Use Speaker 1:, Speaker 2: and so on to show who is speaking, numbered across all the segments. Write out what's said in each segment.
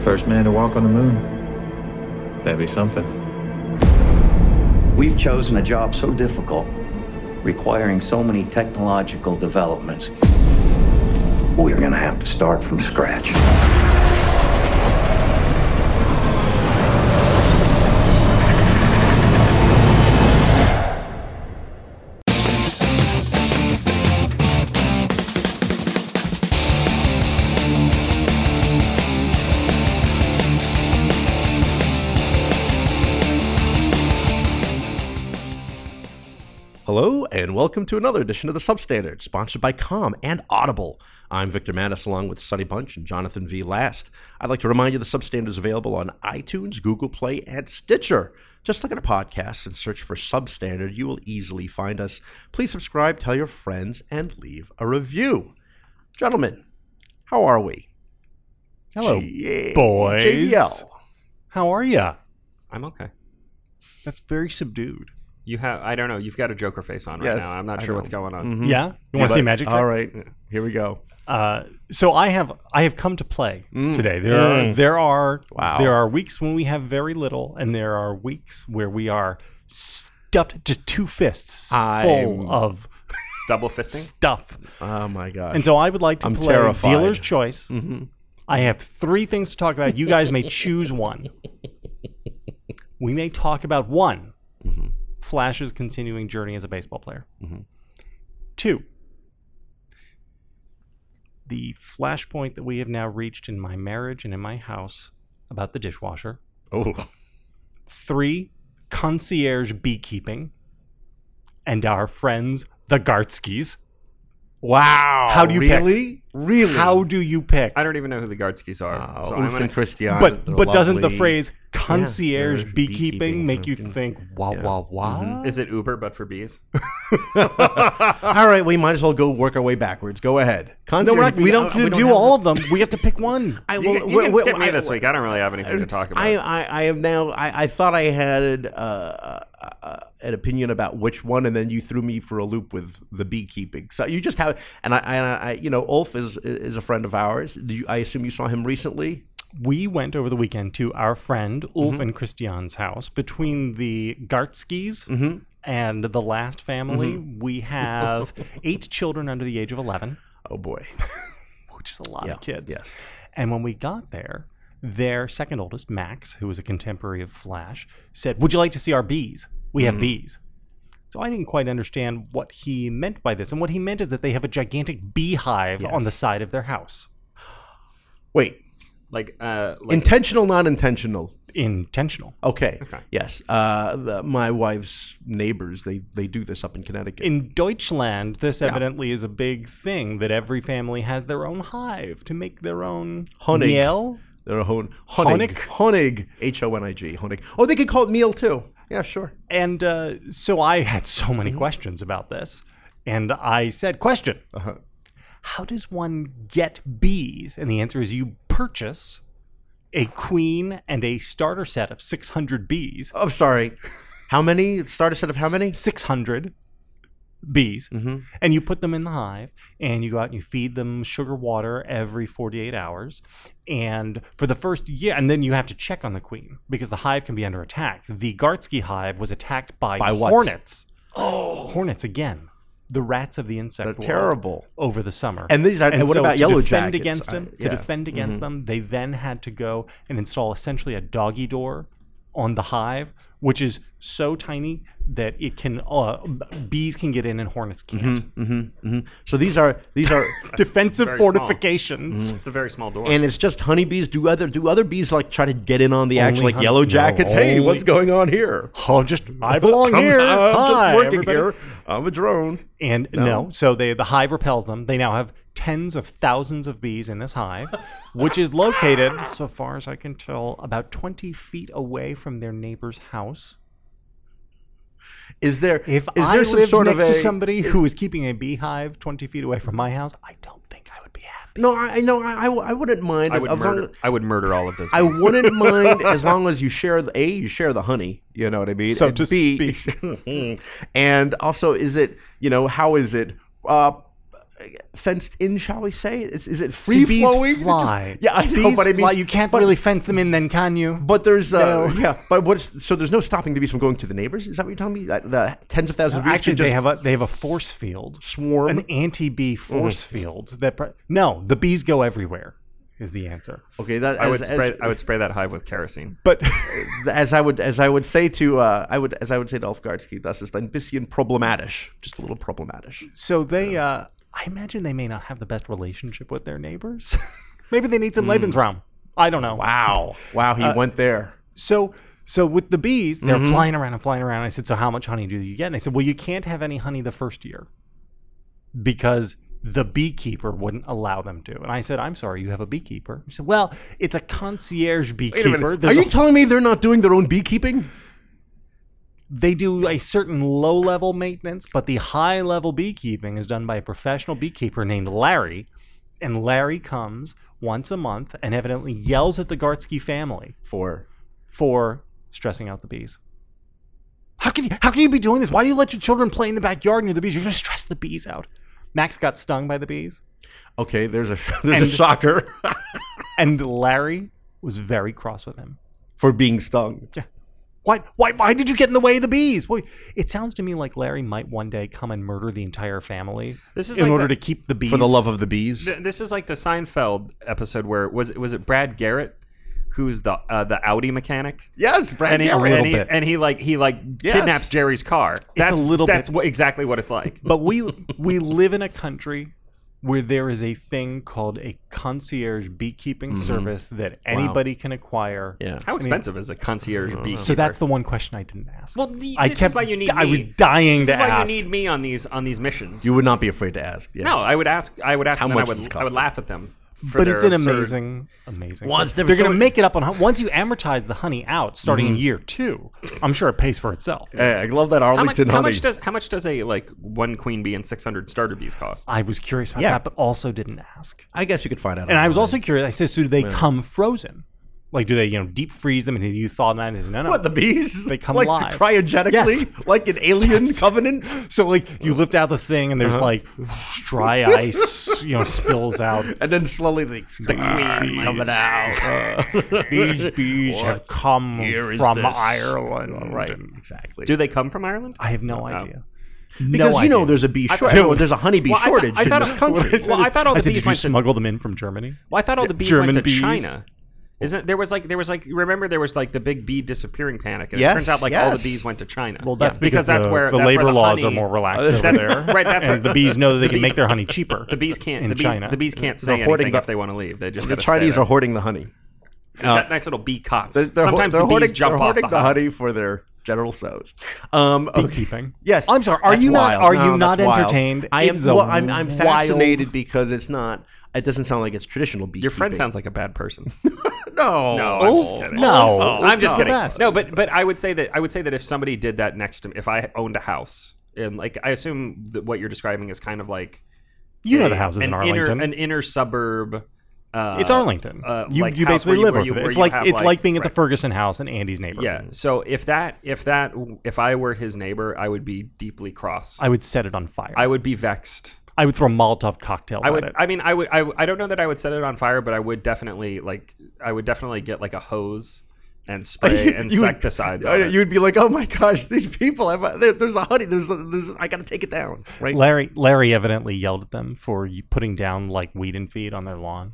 Speaker 1: First man to walk on the moon. That'd be something.
Speaker 2: We've chosen a job so difficult, requiring so many technological developments. We're going to have to start from scratch.
Speaker 3: Hello, and welcome to another edition of The Substandard, sponsored by Com and Audible. I'm Victor Mattis, along with Sonny Bunch and Jonathan V. Last. I'd like to remind you The Substandard is available on iTunes, Google Play, and Stitcher. Just look at a podcast and search for Substandard. You will easily find us. Please subscribe, tell your friends, and leave a review. Gentlemen, how are we?
Speaker 4: Hello,
Speaker 3: Yeah,
Speaker 4: boys.
Speaker 3: JVL.
Speaker 4: How are ya?
Speaker 5: I'm okay.
Speaker 4: That's very subdued.
Speaker 5: You have I don't know. You've got a Joker face on right
Speaker 3: Yes,
Speaker 5: now. I'm not
Speaker 3: I
Speaker 5: sure what's
Speaker 3: know.
Speaker 5: going on.
Speaker 4: Yeah, you want to see magic? Trick?
Speaker 3: All right, here we go.
Speaker 4: Uh, so I have I have come to play today. There are there are
Speaker 3: Mm. Wow.
Speaker 4: there are weeks when we have very little, and there are weeks where we are stuffed to two fists
Speaker 3: I'm-
Speaker 4: full of
Speaker 5: Double fisting.
Speaker 4: stuff.
Speaker 3: Oh my God.
Speaker 4: And so I would like to
Speaker 3: I'm
Speaker 4: play
Speaker 3: terrified. Mm-hmm.
Speaker 4: dealer's choice. I have three things to talk about. You guys may choose one. We may talk about one,
Speaker 3: Mm-hmm.
Speaker 4: Flash's continuing journey as a baseball player. Two, the flashpoint that we have now reached in my marriage and in my house about the dishwasher.
Speaker 3: oh,
Speaker 4: Three, concierge beekeeping, and our friends the Gartskys.
Speaker 3: wow.
Speaker 4: How do you pick?
Speaker 3: Oh, really? Really?
Speaker 4: How do you pick?
Speaker 5: I don't even know who the Guardskis are. so
Speaker 3: so
Speaker 5: I'm gonna,
Speaker 3: Oh, and Christian.
Speaker 4: but
Speaker 3: they're
Speaker 4: but doesn't the
Speaker 3: lovely.
Speaker 4: phrase concierge
Speaker 3: there's
Speaker 4: beekeeping,
Speaker 3: beekeeping,
Speaker 4: make you
Speaker 3: beekeeping.
Speaker 4: think wah wah wah?
Speaker 5: is it Uber but for bees?
Speaker 3: All right, we might as well go work our way backwards. Go ahead.
Speaker 4: No, we're not,
Speaker 3: Concierge-
Speaker 4: we don't, do do all of them. We have to pick one.
Speaker 3: I,
Speaker 5: You,
Speaker 3: well,
Speaker 5: can- you
Speaker 3: well,
Speaker 5: can
Speaker 3: well,
Speaker 5: skip me
Speaker 3: I-
Speaker 5: this week. I don't really have anything to talk about.
Speaker 3: I, I, I am now. I, I thought I had uh, uh, uh, an opinion about which one, and then you threw me for a loop with the beekeeping. So you just have, and I, and I you know, Ulf is is a friend of ours. Do you, I assume you saw him recently?
Speaker 4: We went over the weekend to our friend Ulf and Christian's house. Between the Gartskys and the last family, we have eight children under the age of 11,
Speaker 3: Oh boy,
Speaker 4: which is a lot of
Speaker 3: Yeah,
Speaker 4: kids.
Speaker 3: yes.
Speaker 4: And when we got there, their second oldest, Max, who was a contemporary of Flash, said, Would you like to see our bees? We have bees. So I didn't quite understand what he meant by this. And what he meant is that they have a gigantic beehive on the side of their house.
Speaker 3: Wait,
Speaker 5: like uh, like
Speaker 3: intentional, non intentional.
Speaker 4: Intentional.
Speaker 3: Okay. Yes. Uh, the, my wife's neighbors they they do this up in Connecticut.
Speaker 4: in Deutschland, this evidently is a big thing that every family has their own hive to make their own
Speaker 3: Honig.
Speaker 4: miel.
Speaker 3: They're a hon- Honig.
Speaker 4: Honig?
Speaker 3: Honig. H O N I G. Honig. Oh, they could call it meal too. Yeah, sure.
Speaker 4: And uh, so I had so many questions about this, and I said, "Question: How does one get bees?" And the answer is, you purchase a queen and a starter set of six hundred bees.
Speaker 3: I'm Oh, sorry. How many? Start a set of how many?
Speaker 4: six hundred bees,
Speaker 3: Mm-hmm.
Speaker 4: and you put them in the hive, and you go out and you feed them sugar water every forty-eight hours, and for the first year, and then you have to check on the queen because the hive can be under attack. The Gartsky hive was attacked by,
Speaker 3: By what?
Speaker 4: hornets. Oh, hornets again! The rats of the insect
Speaker 3: They're
Speaker 4: world
Speaker 3: terrible.
Speaker 4: over the summer.
Speaker 3: And these are- and what
Speaker 4: so
Speaker 3: about
Speaker 4: to
Speaker 3: yellow
Speaker 4: defend
Speaker 3: jackets?
Speaker 4: Against them,
Speaker 3: I-
Speaker 4: To
Speaker 3: yeah. Mm-hmm.
Speaker 4: defend against them, they then had to go and install essentially a doggy door on the hive, which is so tiny that it can uh, bees can get in and hornets
Speaker 3: Mm-hmm.
Speaker 4: can't.
Speaker 3: So these are these are,
Speaker 4: Defensive
Speaker 5: Very small.
Speaker 4: fortifications.
Speaker 5: it's a very small door.
Speaker 3: and it's just honeybees. Do other do other bees like try to get in on the action, like
Speaker 4: hun-
Speaker 3: yellow
Speaker 4: no,
Speaker 3: jackets? hey,
Speaker 4: only-
Speaker 3: what's going on here?
Speaker 4: Oh, just I belong
Speaker 3: I'm,
Speaker 4: here.
Speaker 3: I'm
Speaker 4: Hi,
Speaker 3: just working
Speaker 4: everybody.
Speaker 3: here. I'm a drone.
Speaker 4: And no. so they the hive repels them. They now have tens of thousands of bees in this hive, which is located, so far as I can tell, about 20 feet away from their neighbor's house.
Speaker 3: Is there
Speaker 4: If
Speaker 3: is
Speaker 4: I
Speaker 3: there some
Speaker 4: lived
Speaker 3: sort
Speaker 4: next
Speaker 3: of a
Speaker 4: to somebody who was keeping a beehive 20 feet away from my house, I don't think I would be happy.
Speaker 3: No, I I know I, I, I wouldn't mind.
Speaker 5: I
Speaker 3: if-
Speaker 5: would
Speaker 3: as long
Speaker 5: murder.
Speaker 3: as-
Speaker 5: I would murder all of those.
Speaker 3: I
Speaker 5: bees.
Speaker 3: wouldn't mind as long as you share the a you share the honey. You know what I mean.
Speaker 4: So
Speaker 3: and
Speaker 4: to
Speaker 3: B, and also, is it you know how is it? Uh, fenced in, shall we say? Is, is it free
Speaker 4: See, bees
Speaker 3: flowing? Is it just-
Speaker 4: fly.
Speaker 3: yeah, I know,
Speaker 4: Bees
Speaker 3: but I mean,
Speaker 4: fly. you can't
Speaker 3: but-
Speaker 4: really fence them in, then can you?
Speaker 3: But there's uh, yeah, but what's so there's no stopping the bees from going to the neighbors. Is that what you're telling me? That the tens of thousands of bees
Speaker 4: Actually,
Speaker 3: can just
Speaker 4: they have a they have a force field,
Speaker 3: swarm.
Speaker 4: an anti-bee force field. That pr no, the bees go everywhere is the answer.
Speaker 3: okay, that
Speaker 5: I would
Speaker 3: as,
Speaker 5: spray.
Speaker 3: As,
Speaker 5: I would spray that hive with kerosene.
Speaker 4: But
Speaker 3: as I would as I would say to uh, I would as I would say to Elfgaardski, das ist ein bisschen problematisch, just a little problematisch.
Speaker 4: so they, uh, I imagine they may not have the best relationship with their neighbors. Maybe they need some Lebensraum. I don't know.
Speaker 3: Wow, wow,
Speaker 4: Uh,
Speaker 3: he went there.
Speaker 4: So so with the bees, they're flying around and flying around. I said, so how much honey do you get? And they said, well, you can't have any honey the first year because the beekeeper wouldn't allow them to. And I said, I'm sorry, you have a beekeeper. He said, well, it's a concierge beekeeper.
Speaker 3: Are
Speaker 4: There's
Speaker 3: you
Speaker 4: a-
Speaker 3: telling me they're not doing their own beekeeping?
Speaker 4: they do a certain low level maintenance, but the high level beekeeping is done by a professional beekeeper named Larry. And Larry comes once a month and evidently yells at the Gartsky family
Speaker 3: For
Speaker 4: for stressing out the bees. How can you how can you be doing this? Why do you let your children play in the backyard near the bees? You're gonna stress the bees out. Max got stung by the bees,
Speaker 3: okay, there's a there's a
Speaker 4: And-
Speaker 3: shocker
Speaker 4: and Larry was very cross with him.
Speaker 3: for being stung.
Speaker 4: Why why why did you get in the way of the bees? Well, it sounds to me like Larry might one day come and murder the entire family
Speaker 5: This is
Speaker 4: in
Speaker 5: like
Speaker 4: order
Speaker 5: the-
Speaker 4: to keep the bees
Speaker 3: For the love of the bees,
Speaker 5: Th- This is like the Seinfeld episode where was it was it Brad Garrett who's the uh, the Audi mechanic?
Speaker 3: yes, Brad
Speaker 5: And he,
Speaker 3: Garrett.
Speaker 5: and, he,
Speaker 4: bit.
Speaker 5: and he like he like
Speaker 3: Yes.
Speaker 5: kidnaps Jerry's car. That's
Speaker 4: a little
Speaker 5: That's
Speaker 4: bit-
Speaker 5: what, exactly what it's like.
Speaker 4: But we we live in a country where there is a thing called a concierge beekeeping service that anybody can acquire.
Speaker 3: Mm-hmm. Yeah.
Speaker 5: How expensive is a concierge beekeeper?
Speaker 4: So that's the one question I didn't ask.
Speaker 5: well. The,
Speaker 4: I
Speaker 5: this
Speaker 4: kept,
Speaker 5: is why you need.
Speaker 4: I
Speaker 5: me.
Speaker 4: was dying
Speaker 5: This
Speaker 4: to
Speaker 5: is why
Speaker 4: ask.
Speaker 5: you need me on these on these missions.
Speaker 3: You would not be afraid to ask. Yes.
Speaker 5: no, I would ask. I would ask,
Speaker 3: How
Speaker 5: and then I
Speaker 3: much does it
Speaker 5: would I
Speaker 3: cost?
Speaker 5: would laugh at them. For
Speaker 4: but
Speaker 5: their
Speaker 4: it's an
Speaker 5: absurd-
Speaker 4: amazing, amazing.
Speaker 3: Well, it's
Speaker 4: They're
Speaker 3: different-
Speaker 4: going to
Speaker 3: so-
Speaker 4: make it up on hon- once you amortize the honey out, starting in year two. I'm sure it pays for itself.
Speaker 3: Hey, I love that
Speaker 5: How much,
Speaker 3: Arlington
Speaker 5: how
Speaker 3: honey.
Speaker 5: much does how much does a like one queen bee and six hundred starter bees cost?
Speaker 4: I was curious about
Speaker 3: Yeah.
Speaker 4: that, but also didn't ask.
Speaker 3: I guess you could find out.
Speaker 4: And I was also curious. I said, so do they come frozen? Like, do they you know deep freeze them and you thaw them? out? And he said, no, no.
Speaker 3: What the bees?
Speaker 4: They come
Speaker 3: like
Speaker 4: alive.
Speaker 3: cryogenically,
Speaker 4: Yes.
Speaker 3: like an alien
Speaker 4: Yes.
Speaker 3: covenant.
Speaker 4: So like Uh-huh. you lift out the thing and there's like dry ice, you know, spills out.
Speaker 3: And then slowly they Ah, the queen coming out.
Speaker 4: These bees have come
Speaker 3: Here is
Speaker 4: from
Speaker 3: this.
Speaker 4: Ireland.
Speaker 3: right, exactly.
Speaker 5: Do they come from Ireland?
Speaker 4: I have no idea.
Speaker 3: because
Speaker 4: no
Speaker 3: you know
Speaker 4: idea.
Speaker 3: there's a bee shortage. there's a honeybee
Speaker 5: Well, I thought-
Speaker 3: shortage
Speaker 5: I thought-
Speaker 3: in this country.
Speaker 5: Well, I thought all
Speaker 4: I
Speaker 5: the
Speaker 4: said,
Speaker 5: bees
Speaker 4: did you
Speaker 5: went to
Speaker 4: smuggle them in from Germany?
Speaker 5: Well, I thought all the bees
Speaker 4: German
Speaker 5: went to
Speaker 4: bees.
Speaker 5: China. Isn't there was like there was like remember there was like the big bee disappearing panic and
Speaker 3: Yes,
Speaker 5: it turns out like all
Speaker 3: yes.
Speaker 5: the bees went to China.
Speaker 4: Well, that's because,
Speaker 5: that's
Speaker 4: the,
Speaker 5: where
Speaker 4: the
Speaker 5: that's where
Speaker 4: labor laws
Speaker 5: honey-
Speaker 4: are more relaxed over
Speaker 5: That's-
Speaker 4: there.
Speaker 5: right, that's
Speaker 4: and the
Speaker 5: where-
Speaker 4: bees know that they can make their honey cheaper.
Speaker 5: The bees can't.
Speaker 4: in
Speaker 5: the bees,
Speaker 4: China.
Speaker 5: The bees can't say
Speaker 3: hoarding
Speaker 5: anything
Speaker 3: the-
Speaker 5: if they want to leave. They just
Speaker 3: the
Speaker 5: gotta
Speaker 3: Chinese
Speaker 5: stay
Speaker 3: are
Speaker 5: there.
Speaker 3: hoarding the honey.
Speaker 5: They've got nice little bee cots.
Speaker 3: They're, they're ho-
Speaker 5: Sometimes
Speaker 3: they're
Speaker 5: the bees
Speaker 3: hoarding,
Speaker 5: jump
Speaker 3: they're
Speaker 5: off
Speaker 3: hoarding
Speaker 5: the,
Speaker 3: the
Speaker 5: honey.
Speaker 3: honey for their general sows. Um, okay.
Speaker 4: beekeeping.
Speaker 3: Yes,
Speaker 4: I'm sorry. Are
Speaker 3: that's
Speaker 4: you not?
Speaker 3: wild.
Speaker 4: Are
Speaker 3: No,
Speaker 4: you not
Speaker 3: that's wild.
Speaker 4: entertained?
Speaker 3: I am.
Speaker 4: It's a
Speaker 3: Well, I'm, I'm
Speaker 4: wild-
Speaker 3: fascinated because it's not. It doesn't sound like it's traditional beekeeping.
Speaker 5: Your friend sounds like a bad person.
Speaker 3: no,
Speaker 5: No, I'm just
Speaker 4: Oh
Speaker 5: kidding.
Speaker 4: no!
Speaker 5: I'm just
Speaker 4: It's the
Speaker 5: kidding.
Speaker 4: best.
Speaker 5: No, but but I would say that I would say that if somebody did that next to me, if I owned a house and like I assume that what you're describing is kind of like
Speaker 4: You know
Speaker 5: a-
Speaker 4: the houses in
Speaker 5: an
Speaker 4: Arlington.
Speaker 5: inner, an inner suburb. Uh,
Speaker 4: it's Arlington.
Speaker 5: uh,
Speaker 4: you
Speaker 5: like
Speaker 4: you
Speaker 5: house
Speaker 4: basically
Speaker 5: where you-
Speaker 4: live
Speaker 5: where
Speaker 4: with
Speaker 5: you-
Speaker 4: it.
Speaker 5: where
Speaker 4: It's
Speaker 5: you
Speaker 4: like
Speaker 5: have,
Speaker 4: it's like being at the
Speaker 5: right.
Speaker 4: Ferguson house and Andy's neighbor.
Speaker 5: Yeah. So if that if that if I were his neighbor, I would be deeply cross.
Speaker 4: I would set it on fire.
Speaker 5: I would be vexed.
Speaker 4: I would throw Molotov cocktails
Speaker 5: I would.
Speaker 4: at it.
Speaker 5: I mean, I would. I, I don't know that I would set it on fire, but I would definitely like. I would definitely get like a hose and spray insecticides.
Speaker 3: Would,
Speaker 5: on
Speaker 3: I-
Speaker 5: it.
Speaker 3: you would be like, oh my gosh, these people have there, there's a honey. There's a, there's I got to take it down. Right?
Speaker 4: Larry Larry evidently yelled at them for you putting down like weed and feed on their lawn.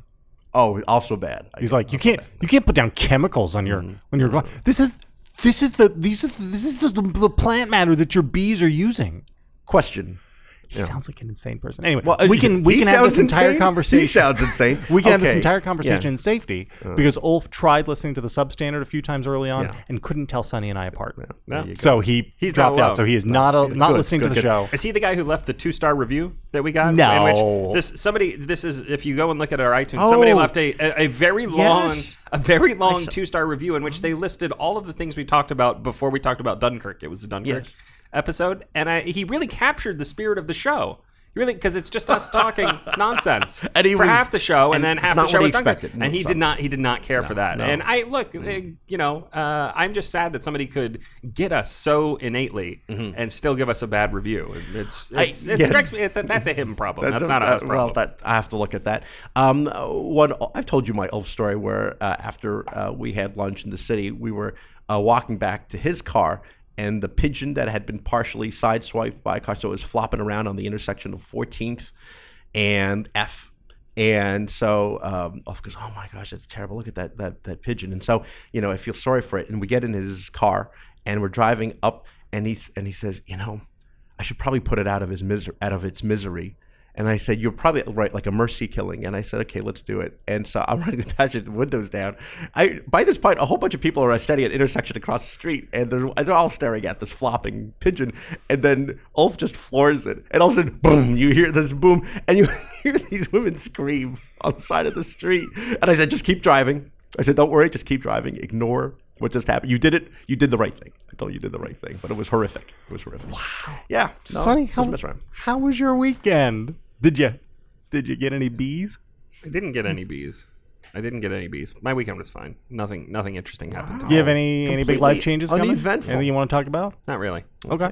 Speaker 3: oh, also bad.
Speaker 4: He's like, you can't you can't put down chemicals on your on your lawn. This is this is the these are, this is the, the, the plant matter that your bees are using.
Speaker 3: question.
Speaker 4: He sounds like an insane person. Anyway,
Speaker 3: Well,
Speaker 4: we can we
Speaker 3: he
Speaker 4: can have this
Speaker 3: sounds
Speaker 4: entire
Speaker 3: insane?
Speaker 4: conversation.
Speaker 3: He sounds insane.
Speaker 4: We can have this
Speaker 3: Okay. Uh.
Speaker 4: entire conversation in safety because Ulf tried listening to the substandard a few times early on
Speaker 3: Yeah.
Speaker 4: and couldn't tell Sonny and I apart.
Speaker 5: There you go.
Speaker 4: So he
Speaker 5: He's
Speaker 4: dropped
Speaker 5: not
Speaker 4: out.
Speaker 5: alone.
Speaker 4: So he is not a, not
Speaker 3: good,
Speaker 4: listening
Speaker 3: good,
Speaker 4: to the
Speaker 3: good. Oh,
Speaker 4: show.
Speaker 5: Is he the guy who left the two star review that we got?
Speaker 4: No.
Speaker 5: In which this somebody this is if you go and look at our iTunes, somebody
Speaker 3: Oh.
Speaker 5: left a, a, a very long
Speaker 3: Yes.
Speaker 5: a very long two star review in which they listed all of the things we talked about before we talked about Dunkirk. It was the Dunkirk
Speaker 3: Yes.
Speaker 5: episode, and I, he really captured the spirit of the show. really because it's just us talking nonsense
Speaker 3: And he
Speaker 5: for
Speaker 3: was-
Speaker 5: half the show, and,
Speaker 3: and
Speaker 5: then
Speaker 3: it's
Speaker 5: half the
Speaker 3: not
Speaker 5: show
Speaker 3: what he
Speaker 5: was Dunkirk.
Speaker 3: expected. No,
Speaker 5: And he
Speaker 3: it's
Speaker 5: did
Speaker 3: not.
Speaker 5: not he did not care for that.
Speaker 3: no. Mm-hmm.
Speaker 5: And I look, eh, you know, uh, I'm just sad that somebody could get us so innately and still give us a bad review. It's, it's it
Speaker 3: Mm-hmm. yeah.
Speaker 5: strikes me that that's a him problem. That's,
Speaker 3: a-
Speaker 5: not a us
Speaker 3: uh,
Speaker 5: problem.
Speaker 3: Well, that I have to look at that. Um, one I've told you my elf story where uh, after uh, we had lunch in the city, we were uh, walking back to his car, and the pigeon that had been partially sideswiped by a car, so it was flopping around on the intersection of 14th and F. And so um, Elf goes, "Oh my gosh, that's terrible! Look at that that that pigeon!" And so you know, I feel sorry for it. And we get in his car, and we're driving up, and he and he says, "You know, I should probably put it out of his miser- out of its misery." And I said, "You're probably right, like a mercy killing." And I said, "Okay, let's do it." And so I'm running the passenger windows down. I by this point, a whole bunch of people are standing at the intersection across the street, and they're and they're all staring at this flopping pigeon. And then Ulf just floors it, and all of a sudden, boom! You hear this boom, and you hear these women scream on the side of the street. And I said, "Just keep driving." I said, "Don't worry, just keep driving. Ignore." What just happened? You did it. You did the right thing. I told you you did the right thing, but it was horrific. It was horrific. Wow. Yeah. No,
Speaker 4: Sonny,
Speaker 3: it was
Speaker 4: how,
Speaker 3: a misrhyme.
Speaker 4: how was your weekend? Did you did you get any bees?
Speaker 5: I didn't get any bees. I didn't get any bees. My weekend was fine. Nothing nothing interesting happened.
Speaker 4: Do you have any any big life
Speaker 3: Completely
Speaker 4: changes coming?
Speaker 3: uneventful.
Speaker 4: Anything you want to talk about?
Speaker 5: Not really.
Speaker 4: Okay.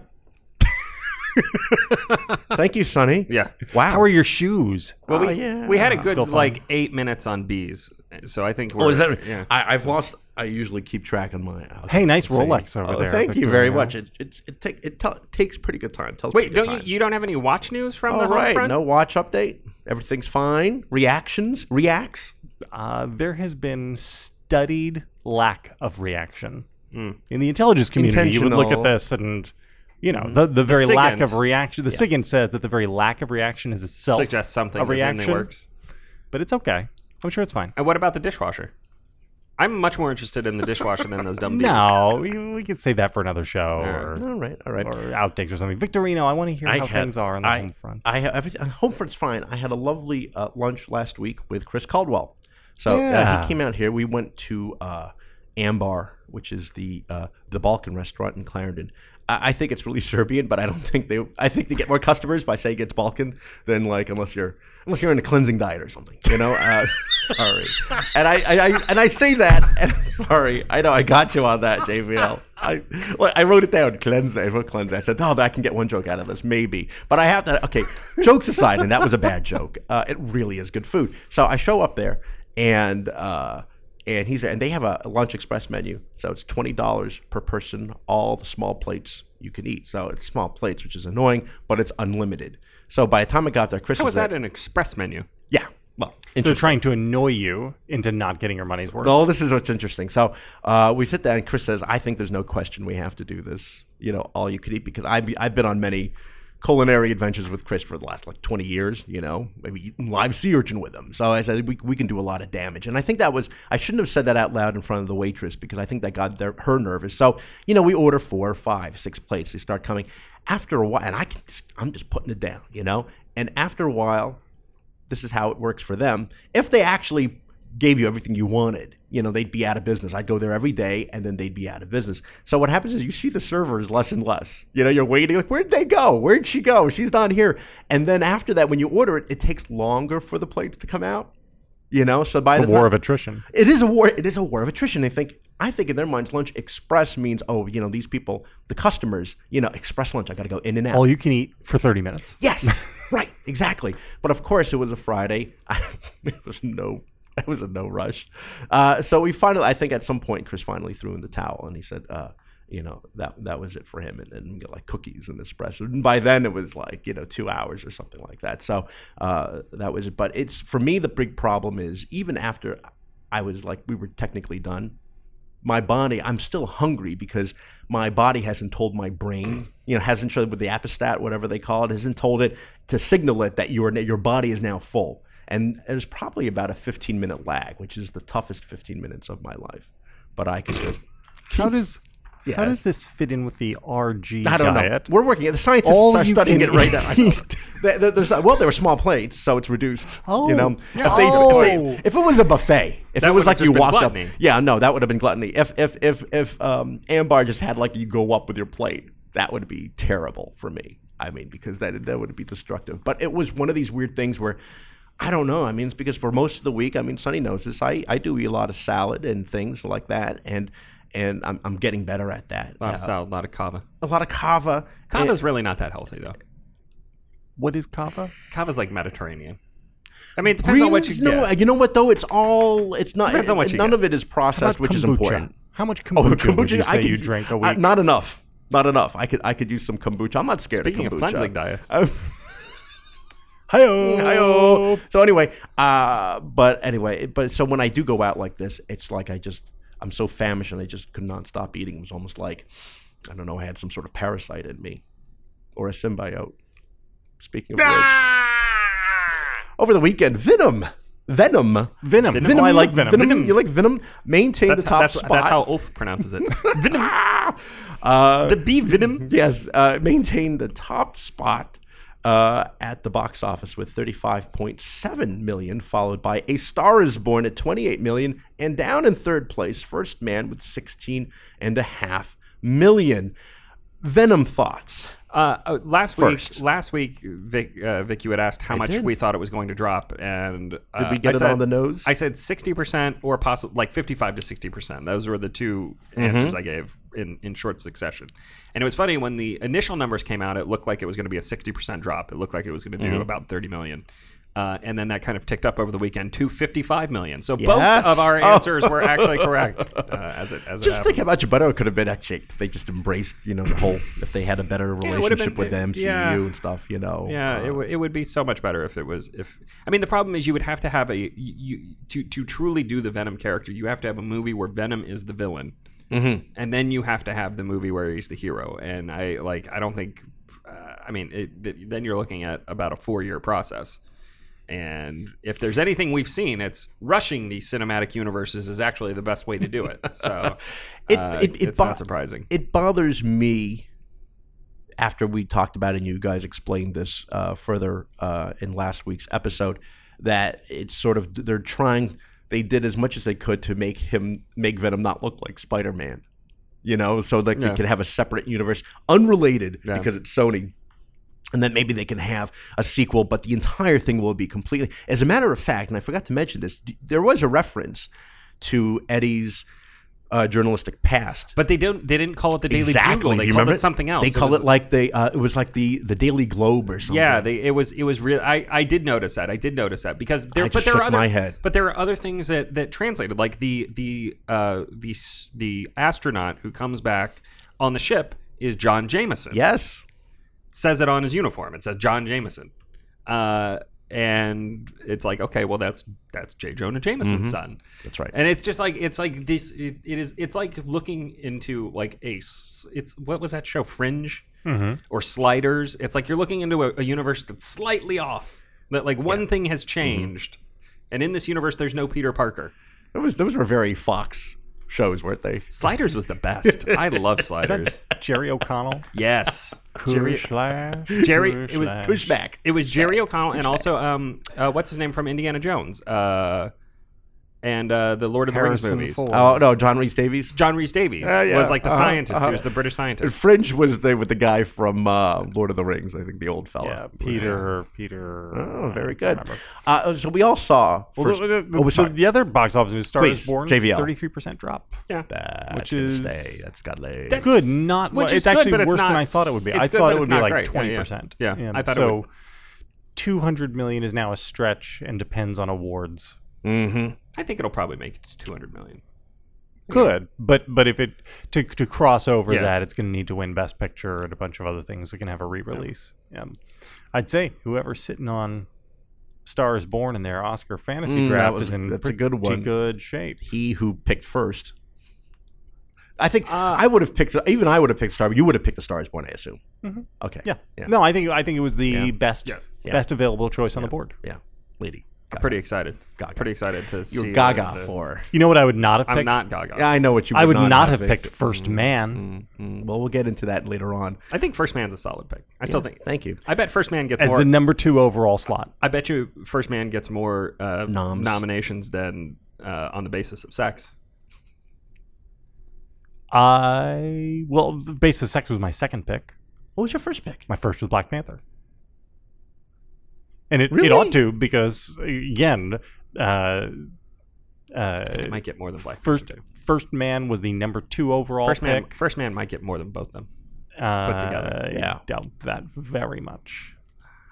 Speaker 3: Thank you, Sonny.
Speaker 5: Yeah.
Speaker 3: Wow.
Speaker 4: How are your shoes?
Speaker 5: Well, we,
Speaker 3: Oh, yeah.
Speaker 5: we had a good
Speaker 4: Still fun.
Speaker 5: like eight minutes on bees, so I think. We're,
Speaker 3: Oh, is that?
Speaker 5: Yeah.
Speaker 3: I, I've lost. I usually keep track on my. okay,
Speaker 4: Hey, nice
Speaker 3: let's see.
Speaker 4: Rolex over
Speaker 3: Oh,
Speaker 4: there,
Speaker 3: Thank you
Speaker 4: Victor,
Speaker 3: very
Speaker 4: yeah.
Speaker 3: much. It it it, take, it t- takes pretty good time. Tells
Speaker 5: Wait,
Speaker 3: pretty good
Speaker 5: don't you?
Speaker 3: time.
Speaker 5: You don't have any watch news from the
Speaker 3: All
Speaker 5: home
Speaker 3: right.
Speaker 5: front?
Speaker 3: No watch update. Everything's fine. Reactions. Reacts.
Speaker 4: Uh, there has been studied lack of reaction in the intelligence community. You would look at
Speaker 3: Hmm. Intentional. Hmm.
Speaker 4: this and. You know the, the very lack
Speaker 5: SIGINT.
Speaker 4: of reaction. The SIGINT says that the very lack of reaction is itself
Speaker 5: Suggest something.
Speaker 4: a
Speaker 5: that's in the
Speaker 4: reaction.
Speaker 5: works.
Speaker 4: but it's okay. I'm sure it's fine.
Speaker 5: And what about the dishwasher? I'm much more interested in the dishwasher than those dumb bees.
Speaker 4: No, we, we could save that for another show or,
Speaker 3: All right. All right.
Speaker 4: or outtakes or something. Victorino, I want to hear how
Speaker 3: had-
Speaker 4: things are on the
Speaker 3: I-
Speaker 4: home front.
Speaker 3: I have everything. uh, Home front's fine. I had a lovely uh, lunch last week with Chris Caldwell. So uh,
Speaker 4: Yeah.
Speaker 3: he came out here. We went to uh, Ambar, which is the uh, the Balkan restaurant in Clarendon. I, I think it's really Serbian, but I don't think they. I think they get more customers by saying it's Balkan than like unless you're unless you're in a cleansing diet or something. You know. Uh, sorry. And I, I, I and I say that. And sorry. I know I got you on that, JVL. I look, I wrote it down. Cleanse. I wrote cleanse. I said, oh, I can get one joke out of this, maybe. But I have to. Okay. Jokes aside, and that was a bad joke. Uh, it really is good food. So I show up there, and uh, and he's there, and they have a lunch express menu. So it's twenty dollars per person, all the small plates you can eat. So it's small plates, which is annoying, but it's unlimited. So by the time I got there, Chris
Speaker 5: How is
Speaker 3: there.
Speaker 5: that an express menu?
Speaker 3: Yeah. Well,
Speaker 4: They're trying to annoy you into not getting your money's worth.
Speaker 3: Oh, this is what's interesting. So uh, we sit there, and Chris says, "I think there's no question we have to do this. You know, all you could eat because I've I've been on many culinary adventures with Chris for the last like 20 years. You know, maybe eating live sea urchin with him. So I said we we can do a lot of damage, and I think that was I shouldn't have said that out loud in front of the waitress because I think that got their, her nervous. So you know, we order four, five, six plates. They start coming after a while, and I can just, I'm just putting it down. You know, and after a while this is how it works for them. If they actually gave you everything you wanted, you know, they'd be out of business. I'd go there every day and then they'd be out of business. So what happens is you see the servers less and less. You know, you're waiting, like, where'd they go? Where'd she go? She's not here. And then after that, when you order it, it takes longer for the plates to come out. You know, so by
Speaker 4: the
Speaker 3: the
Speaker 4: war
Speaker 3: time,
Speaker 4: of attrition.
Speaker 3: it is a war. It is a war of attrition. They think. I think in their minds, lunch express means oh, you know, these people, the customers, you know, express lunch. I got to go in and out.
Speaker 4: All you can eat for 30 minutes.
Speaker 3: Yes, right, exactly. But of course, it was a Friday. it was no, it was a no rush. Uh, so we finally, I think, at some point, Chris finally threw in the towel, and he said, uh, "You know, that that was it for him." And then we got like cookies and espresso. And by then, it was like you know two hours or something like that. So uh, that was it. But it's for me, the big problem is even after I was like, we were technically done my body i'm still hungry because my body hasn't told my brain you know hasn't showed with the apostat whatever they call it hasn't told it to signal it that your your body is now full and there's probably about a 15 minute lag which is the toughest 15 minutes of my life but i can just
Speaker 4: How does how
Speaker 3: Yes.
Speaker 4: does this fit in with the RG
Speaker 3: I don't
Speaker 4: diet?
Speaker 3: know. We're working. The scientists
Speaker 4: All
Speaker 3: are
Speaker 4: you
Speaker 3: studying
Speaker 4: can
Speaker 3: it right now. I know.
Speaker 4: eat.
Speaker 3: There- there- there's- well, there were small plates, so it's reduced.
Speaker 4: Oh.
Speaker 3: you know, if,
Speaker 4: Oh.
Speaker 3: they, if, they- if it was a buffet, if
Speaker 5: That
Speaker 3: it was
Speaker 5: would've
Speaker 3: like
Speaker 5: just
Speaker 3: you
Speaker 5: been
Speaker 3: walked
Speaker 5: gluttony.
Speaker 3: up, yeah, no, that would have been gluttony. If if if if um, Ambar just had like you go up with your plate, that would be terrible for me. I- I mean, because that that would be destructive. But it was one of these weird things where I don't know. I mean, it's because for most of the week, I mean, Sunny knows this. I, I do eat a lot of salad and things like that, and and I'm, I'm getting better at that. Uh,
Speaker 5: A lot of salad, a lot of kava.
Speaker 3: a lot of kava.
Speaker 5: Kava's really not that healthy though.
Speaker 4: What is kava?
Speaker 5: Kava's like Mediterranean. I mean, it depends on what you
Speaker 3: Greens? no,
Speaker 5: get.
Speaker 3: you know what though? It's all. It's not.
Speaker 5: Depends on what you
Speaker 3: none
Speaker 5: get.
Speaker 3: of it is processed, which is important. Oh,
Speaker 4: How much
Speaker 5: Oh,
Speaker 4: kombucha, would you
Speaker 3: Kombucha,
Speaker 4: say you
Speaker 3: do-
Speaker 4: drank a week?
Speaker 3: I- not enough. Not enough. I could I could use some kombucha. I'm not scared
Speaker 5: Speaking
Speaker 3: of
Speaker 5: of
Speaker 3: kombucha.
Speaker 5: cleansing diets,
Speaker 4: Hi-oh.
Speaker 3: Hi-oh. Oh. So anyway, uh, but anyway, but so when I do go out like this, it's like I just I'm so famished and I just could not stop eating. It was almost like I don't know, I had some sort of parasite in me or a symbiote. Speaking of
Speaker 4: Ah!
Speaker 3: which, over the weekend, Venom, Venom,
Speaker 4: Venom.
Speaker 5: Venom.
Speaker 4: Oh, I like Venom.
Speaker 3: You like Venom? Maintain
Speaker 5: that's,
Speaker 3: the top
Speaker 5: that's,
Speaker 3: spot.
Speaker 5: that's how Ulf pronounces it. Venom.
Speaker 3: Uh,
Speaker 5: The bee venom.
Speaker 3: yes, uh, maintained the top spot uh, at the box office with 35.7 million, followed by A Star Is Born at 28 million, and down in third place, First Man with 16 and a half million. Venom thoughts.
Speaker 5: Uh, uh, last
Speaker 3: First.
Speaker 5: week, last week, Vic, uh, Vic, you had asked how much
Speaker 3: did.
Speaker 5: we thought it was going to drop, and uh,
Speaker 3: we get
Speaker 5: I
Speaker 3: it
Speaker 5: said-
Speaker 3: on the nose?
Speaker 5: I said sixty percent, or possibly like fifty-five to sixty percent. Those were the 2
Speaker 3: Mm-hmm.
Speaker 5: answers I gave in in short succession. And it was funny when the initial numbers came out; it looked like it was going to be a sixty percent drop. It looked like it was going to do
Speaker 3: Mm-hmm.
Speaker 5: about thirty million. Uh, and then that kind of ticked up over the weekend to 55 million. So
Speaker 3: Yes.
Speaker 5: both of our
Speaker 3: Oh.
Speaker 5: answers were actually correct. Uh, as it as it
Speaker 3: Just
Speaker 5: happened.
Speaker 3: think how much better it could have been actually if they just embraced, you know, the whole if they had a better
Speaker 5: it would have
Speaker 3: relationship
Speaker 5: been-
Speaker 3: with the MCU
Speaker 5: yeah.
Speaker 3: and stuff, you know.
Speaker 5: Yeah, it, w- it would be so much better if it was if I mean the problem is you would have to have a you, you to to truly do the Venom character you have to have a movie where Venom is the villain, mm-hmm. and then you have to have the movie where he's the hero. And I like I don't think uh, I mean it, th- then you're looking at about a four year process. And if there's anything we've seen, it's rushing these cinematic universes is actually the best way to do it. So
Speaker 3: It-
Speaker 5: uh,
Speaker 3: it- it
Speaker 5: it's
Speaker 3: bo-
Speaker 5: not surprising.
Speaker 3: it bothers me after we talked about it and you guys explained this uh, further uh, in last week's episode that it's sort of they're trying they did as much as they could to make him make venom not look like spider-man you know so like they
Speaker 5: Yeah.
Speaker 3: could have a separate universe unrelated
Speaker 5: Yeah.
Speaker 3: because it's sony and then maybe they can have a sequel, but the entire thing will be completely. As a matter of fact, and I forgot to mention this, d- there was a reference to Eddie's uh, journalistic past.
Speaker 5: But they don't. They didn't call it the Daily
Speaker 3: exactly.
Speaker 5: Bugle.
Speaker 3: Do
Speaker 5: They
Speaker 3: you
Speaker 5: called
Speaker 3: remember
Speaker 5: it something else.
Speaker 3: They call
Speaker 5: was-
Speaker 3: it like they. Uh, it was like the the Daily Globe or something.
Speaker 5: Yeah, they, it was it was real. I, I did notice that. I did notice that because there,
Speaker 3: I
Speaker 5: but
Speaker 3: just
Speaker 5: there are
Speaker 3: shook
Speaker 5: other,
Speaker 3: my head.
Speaker 5: but there are other things that that translated, like the the uh the s- the astronaut who comes back on the ship is John Jameson.
Speaker 3: Yes.
Speaker 5: It says it on his uniform. It says John Jameson, uh, and it's like okay, well that's that's J. Jonah Jameson's son.
Speaker 3: Mm-hmm. That's right.
Speaker 5: And it's just like it's like this. It, it is. It's like looking into like a. s- It's what was that show? Fringe
Speaker 3: Mm-hmm.
Speaker 5: or Sliders. It's like you're looking into a, a universe that's slightly off. That like one thing
Speaker 3: Mm-hmm.
Speaker 5: has changed, and in this universe there's no Peter Parker.
Speaker 3: It was those were very Fox shows, weren't they?
Speaker 5: Sliders was the best. I love Sliders.
Speaker 4: Jerry O'Connell.
Speaker 5: Yes. Jerry.
Speaker 4: Kush-lash,
Speaker 5: Jerry- it was
Speaker 4: kush-lash.
Speaker 3: Push back.
Speaker 5: It was Jerry O'Connell and also um uh, what's his name from Indiana Jones uh, and uh, the Lord of the
Speaker 4: Harrison
Speaker 5: Rings movies.
Speaker 4: Ford.
Speaker 3: Oh no, John Rhys Davies.
Speaker 5: John Rhys Davies
Speaker 3: Uh, yeah.
Speaker 5: was like the
Speaker 3: Uh-huh,
Speaker 5: scientist.
Speaker 3: uh-huh.
Speaker 5: He was the British scientist.
Speaker 3: Fringe was there with the guy from uh, Lord of the Rings. I think the old fella.
Speaker 4: Yeah,
Speaker 3: Was-
Speaker 4: Peter. Peter.
Speaker 3: Oh, very good. Uh, so we all saw.
Speaker 4: Well,
Speaker 3: First,
Speaker 4: the, the- the-
Speaker 3: oh,
Speaker 4: so
Speaker 3: sorry.
Speaker 4: the other box office news: Star
Speaker 3: Please,
Speaker 4: is Born,
Speaker 3: JVL.
Speaker 4: thirty-three percent drop.
Speaker 5: Yeah.
Speaker 3: That's
Speaker 4: which
Speaker 3: gonna
Speaker 4: is-
Speaker 3: stay. That's got laid.
Speaker 5: That's-
Speaker 4: Good, not
Speaker 5: Which
Speaker 4: well,
Speaker 5: is
Speaker 4: it's
Speaker 5: good,
Speaker 4: actually
Speaker 5: but it's
Speaker 4: worse than
Speaker 5: not-
Speaker 4: I thought it would be.
Speaker 5: it's
Speaker 4: I
Speaker 5: good,
Speaker 4: thought
Speaker 5: but
Speaker 4: it
Speaker 5: it's
Speaker 4: would be
Speaker 5: not
Speaker 4: like
Speaker 5: great. Yeah, yeah.
Speaker 4: twenty percent.
Speaker 5: Yeah, I thought it
Speaker 4: so.
Speaker 5: would.
Speaker 4: Two hundred million is now a stretch and depends on awards.
Speaker 3: Mm-hmm.
Speaker 5: I think it'll probably make it to 200 million.
Speaker 4: Good, but but if it to to cross over
Speaker 5: Yeah.
Speaker 4: that, it's going to need to win Best Picture and a bunch of other things. We can have a re-release. Yeah. I'd say whoever's sitting on Star is Born in their Oscar fantasy
Speaker 3: Mm, that
Speaker 4: draft
Speaker 3: was-
Speaker 4: is in
Speaker 3: that's a
Speaker 4: pretty
Speaker 3: good one.
Speaker 4: good shape.
Speaker 3: He who picked first. I think
Speaker 5: Uh,
Speaker 3: I would have picked. Even I would have picked Star. You would have picked the Star is Born. I assume.
Speaker 5: Mm-hmm.
Speaker 3: Okay.
Speaker 4: Yeah.
Speaker 3: Yeah.
Speaker 4: No, I think I think it was the
Speaker 3: Yeah.
Speaker 4: best
Speaker 3: Yeah.
Speaker 4: best available choice on the board.
Speaker 3: Yeah. Lady.
Speaker 5: I'm pretty excited.
Speaker 3: Gaga.
Speaker 5: Pretty excited to see.
Speaker 3: You're
Speaker 5: where
Speaker 3: Gaga
Speaker 5: the-
Speaker 3: for.
Speaker 4: You know what I would not have
Speaker 5: I'm
Speaker 4: picked?
Speaker 5: not Gaga.
Speaker 3: Yeah, I know what you. Would
Speaker 4: I would not, have picked
Speaker 3: picked.
Speaker 4: First Man
Speaker 3: Mm, Well, we'll get into that later on.
Speaker 5: I think First Man's a solid pick. I still think.
Speaker 3: Thank you.
Speaker 5: I bet First Man gets
Speaker 4: as
Speaker 5: more.
Speaker 4: the number 2 overall slot.
Speaker 5: I bet you First Man gets more uh,
Speaker 3: Noms.
Speaker 5: nominations than uh, on the basis of sex.
Speaker 4: I well, the Base of Sex was my second pick.
Speaker 3: What was your first pick?
Speaker 4: My first was Black Panther. And it,
Speaker 3: Really?
Speaker 4: it ought to because again, uh, uh,
Speaker 5: It might get more than Black
Speaker 4: first
Speaker 5: Panther, too.
Speaker 4: first man was the number two overall
Speaker 5: First man,
Speaker 4: pick.
Speaker 5: first man might get more than both of them.
Speaker 4: uh,
Speaker 5: together.
Speaker 4: yeah, doubt that very much.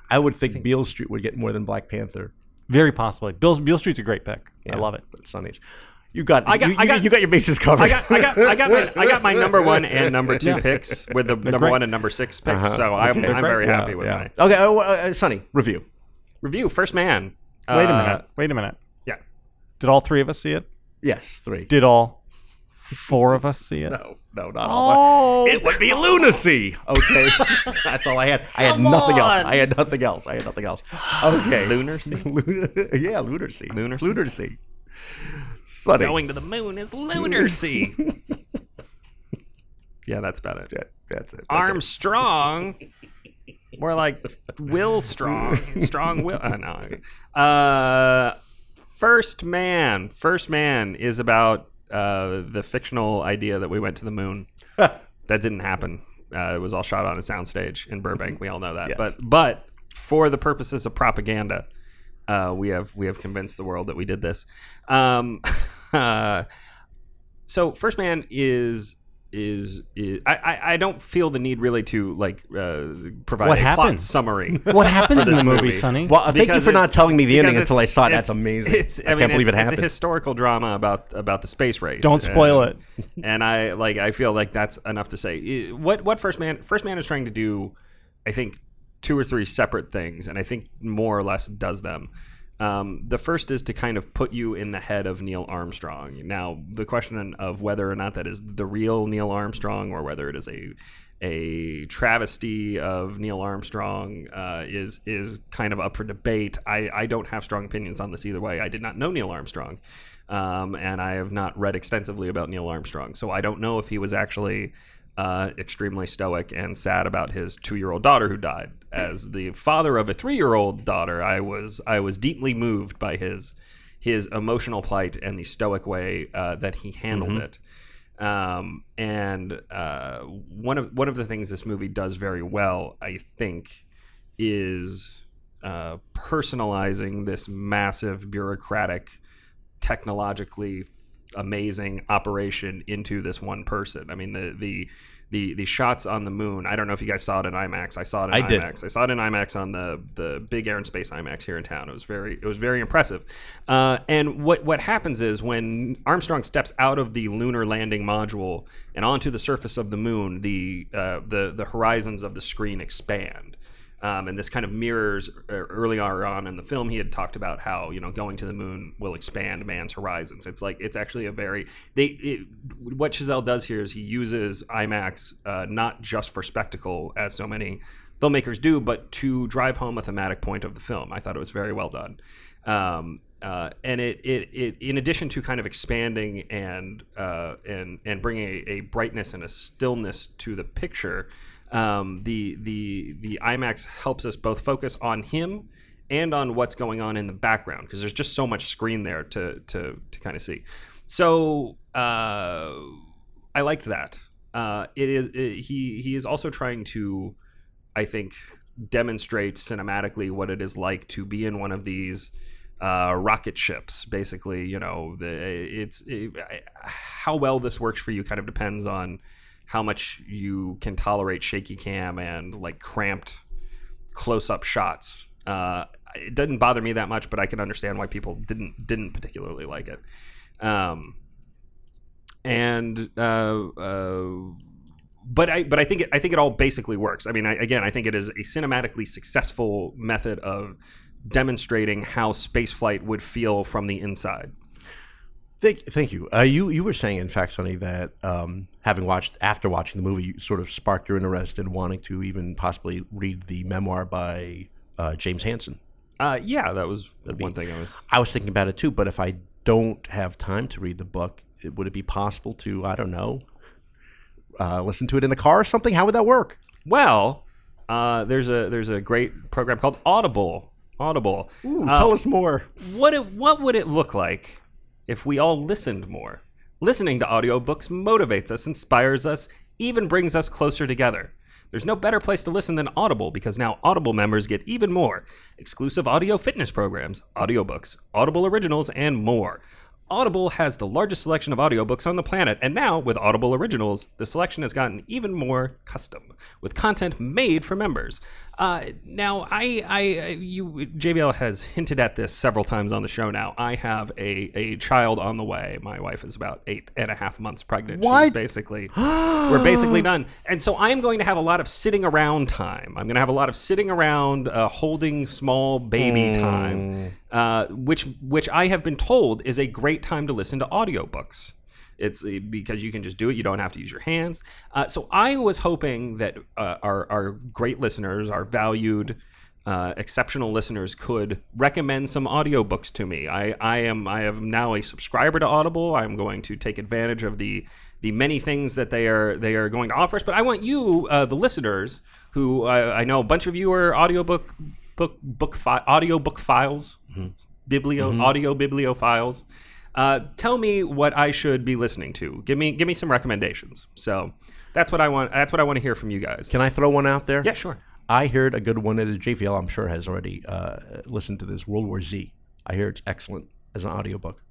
Speaker 3: I would think, Beale Street would get more than Black Panther.
Speaker 4: Very possibly. Bill Beale Street's a great pick. I love it.
Speaker 3: But Sun Age. You got, I
Speaker 5: got-
Speaker 3: you,
Speaker 5: I
Speaker 3: you-
Speaker 5: got-
Speaker 3: you got your bases covered.
Speaker 5: I got, I got, I got, my, I got my number one and number two picks with the number
Speaker 4: great. Uh-huh.
Speaker 5: one and number six picks. So I'm, I'm very
Speaker 3: Yeah,
Speaker 5: happy with
Speaker 3: yeah.
Speaker 5: my
Speaker 3: Okay, oh, uh, Sonny, review.
Speaker 5: review. First man.
Speaker 4: Wait a
Speaker 5: Uh,
Speaker 4: minute. Wait a minute.
Speaker 5: Yeah.
Speaker 4: Did all three of us see it?
Speaker 3: Yes, three.
Speaker 4: Did all four of us see it?
Speaker 3: No, no, not all. It would be lunacy. Okay, that's all I had. I had nothing else. I had nothing else. I had nothing else. Okay,
Speaker 5: Lunacy.
Speaker 3: Lun- yeah, lunacy.
Speaker 5: Lunacy.
Speaker 3: Lunacy. Sunny.
Speaker 5: Going to the moon is lunacy. yeah, that's about it.
Speaker 3: That- that's it. Okay.
Speaker 5: Arm strong. More like will strong. Strong will. Uh, no. Uh, First Man. First Man is about uh, the fictional idea that we went to the moon. that didn't happen. Uh, it was all shot on a soundstage in Burbank. We all know that.
Speaker 3: Yes.
Speaker 5: But but for the purposes of propaganda, uh, we have we have convinced the world that we did this. Um, uh, so First Man is. Is, is I, I I don't feel the need really to like uh, provide
Speaker 4: What
Speaker 5: a plot
Speaker 4: happened?
Speaker 5: summary.
Speaker 4: What happens in
Speaker 5: this
Speaker 4: the movie,
Speaker 5: movie.
Speaker 4: Sonny?
Speaker 3: Well, uh, thank you
Speaker 5: because
Speaker 3: for not
Speaker 5: it's-
Speaker 3: telling me the
Speaker 5: because
Speaker 3: ending
Speaker 5: it's-
Speaker 3: until I saw it.
Speaker 5: it's-
Speaker 3: That's amazing.
Speaker 5: It's, I,
Speaker 3: I, can't
Speaker 5: mean,
Speaker 3: believe it
Speaker 5: it's-
Speaker 3: happened.
Speaker 5: It's a historical drama about about the space race. Uh,
Speaker 4: Don't spoil
Speaker 5: And-
Speaker 4: it.
Speaker 5: And I like I feel like that's enough to say Eh, what what first man first man is trying to do. I think two or three separate things, and I think more or less does them. Um, the first is to kind of put you in the head of Neil Armstrong. Now, the question of whether or not that is the real Neil Armstrong or whether it is a a travesty of Neil Armstrong uh, is is kind of up for debate. I, I don't have strong opinions on this either way. I did not know Neil Armstrong, um, and I have not read extensively about Neil Armstrong, so I don't know if he was actually uh, extremely stoic and sad about his two-year-old daughter who died. As the father of a three-year-old daughter, I was I was deeply moved by his his emotional plight and the stoic way uh, that he handled it. Um, and uh, one of one of the things this movie does very well, I think, is uh, personalizing this massive bureaucratic, technologically amazing operation into this one person. I mean the the the, the shots on the moon. I don't know if you guys saw it in IMAX. I saw it in
Speaker 3: I
Speaker 5: IMAX.
Speaker 3: did.
Speaker 5: I saw it in IMAX on the the big Air and Space IMAX here in town. It was very it was very impressive. Uh, and what what happens is when Armstrong steps out of the lunar landing module and onto the surface of the moon, the uh, the the horizons of the screen expand. Um, and this kind of mirrors uh, earlier on in the film, he had talked about how you know going to the moon will expand man's horizons. It's like it's actually a very they it, what Chazelle does here is he uses IMAX uh, not just for spectacle as so many filmmakers do, but to drive home a thematic point of the film. I thought it was very well done. Um, uh, and it, it, it, in addition to kind of expanding and uh, and and bringing a, a brightness and a stillness to the picture, um, the the the IMAX helps us both focus on him and on what's going on in the background because there's just so much screen there to to to kind of see. So uh, I liked that. Uh, it is it- he he is also trying to I think demonstrates cinematically what it is like to be in one of these uh, rocket ships. Basically, you know, the, it's it, how well this works for you kind of depends on how much you can tolerate shaky cam and like cramped close-up shots. Uh, it doesn't bother me that much, but I can understand why people didn't didn't particularly like it. Um, and uh, uh, but I but I think it, I think it all basically works. I mean, I, again, I think it is a cinematically successful method of demonstrating how spaceflight would feel from the inside.
Speaker 3: Thank, thank you. Uh, you you were saying, in fact, Sonny, that um, having watched after watching the movie, you sort of sparked your interest in wanting to even possibly read the memoir by uh, James Hansen.
Speaker 5: Uh, yeah, that was one thing I was.
Speaker 3: I was thinking about it too, but if I don't have time to read the book, it, would it be possible to I don't know, uh, listen to it in the car or something? How would that work?
Speaker 5: Well, uh, there's a there's a great program called Audible. Audible.
Speaker 3: Ooh,
Speaker 5: Uh,
Speaker 3: tell us more.
Speaker 5: what it, what would it look like if we all listened more? Listening to audiobooks motivates us, inspires us, even brings us closer together. There's no better place to listen than Audible because now Audible members get even more exclusive audio fitness programs, audiobooks, Audible originals, and more. Audible has the largest selection of audiobooks on the planet, and now with Audible Originals, the selection has gotten even more custom with content made for members. Uh, now, I, I, you, JBL has hinted at this several times on the show. Now, I have a, a child on the way. My wife is about eight and a half months pregnant. She's
Speaker 3: What?
Speaker 5: basically, we're basically done, and so I am going to have a lot of sitting around time. I'm going to have a lot of sitting around, uh, holding small baby time uh, which which I have been told is a great time to listen to audiobooks. It's uh, because you can just do it. You don't have to use your hands. Uh, so I was hoping that uh, our, our great listeners, our valued, uh, exceptional listeners, could recommend some audiobooks to me. I, I am I am now a subscriber to Audible. I'm going to take advantage of the the many things that they are they are going to offer us. But I want you, uh, the listeners, who uh, I know a bunch of you are audiobook book book fi- audiobook files, biblio audio bibliophiles. Uh, tell me what I should be listening to. Give me give me some recommendations. So that's what I want. That's what I want to hear from you guys.
Speaker 3: Can I throw one out there?
Speaker 5: yeah, sure.
Speaker 3: I heard a good one at a JVL. I'm sure has already uh, listened to this World War Z. I hear it's excellent as an audiobook.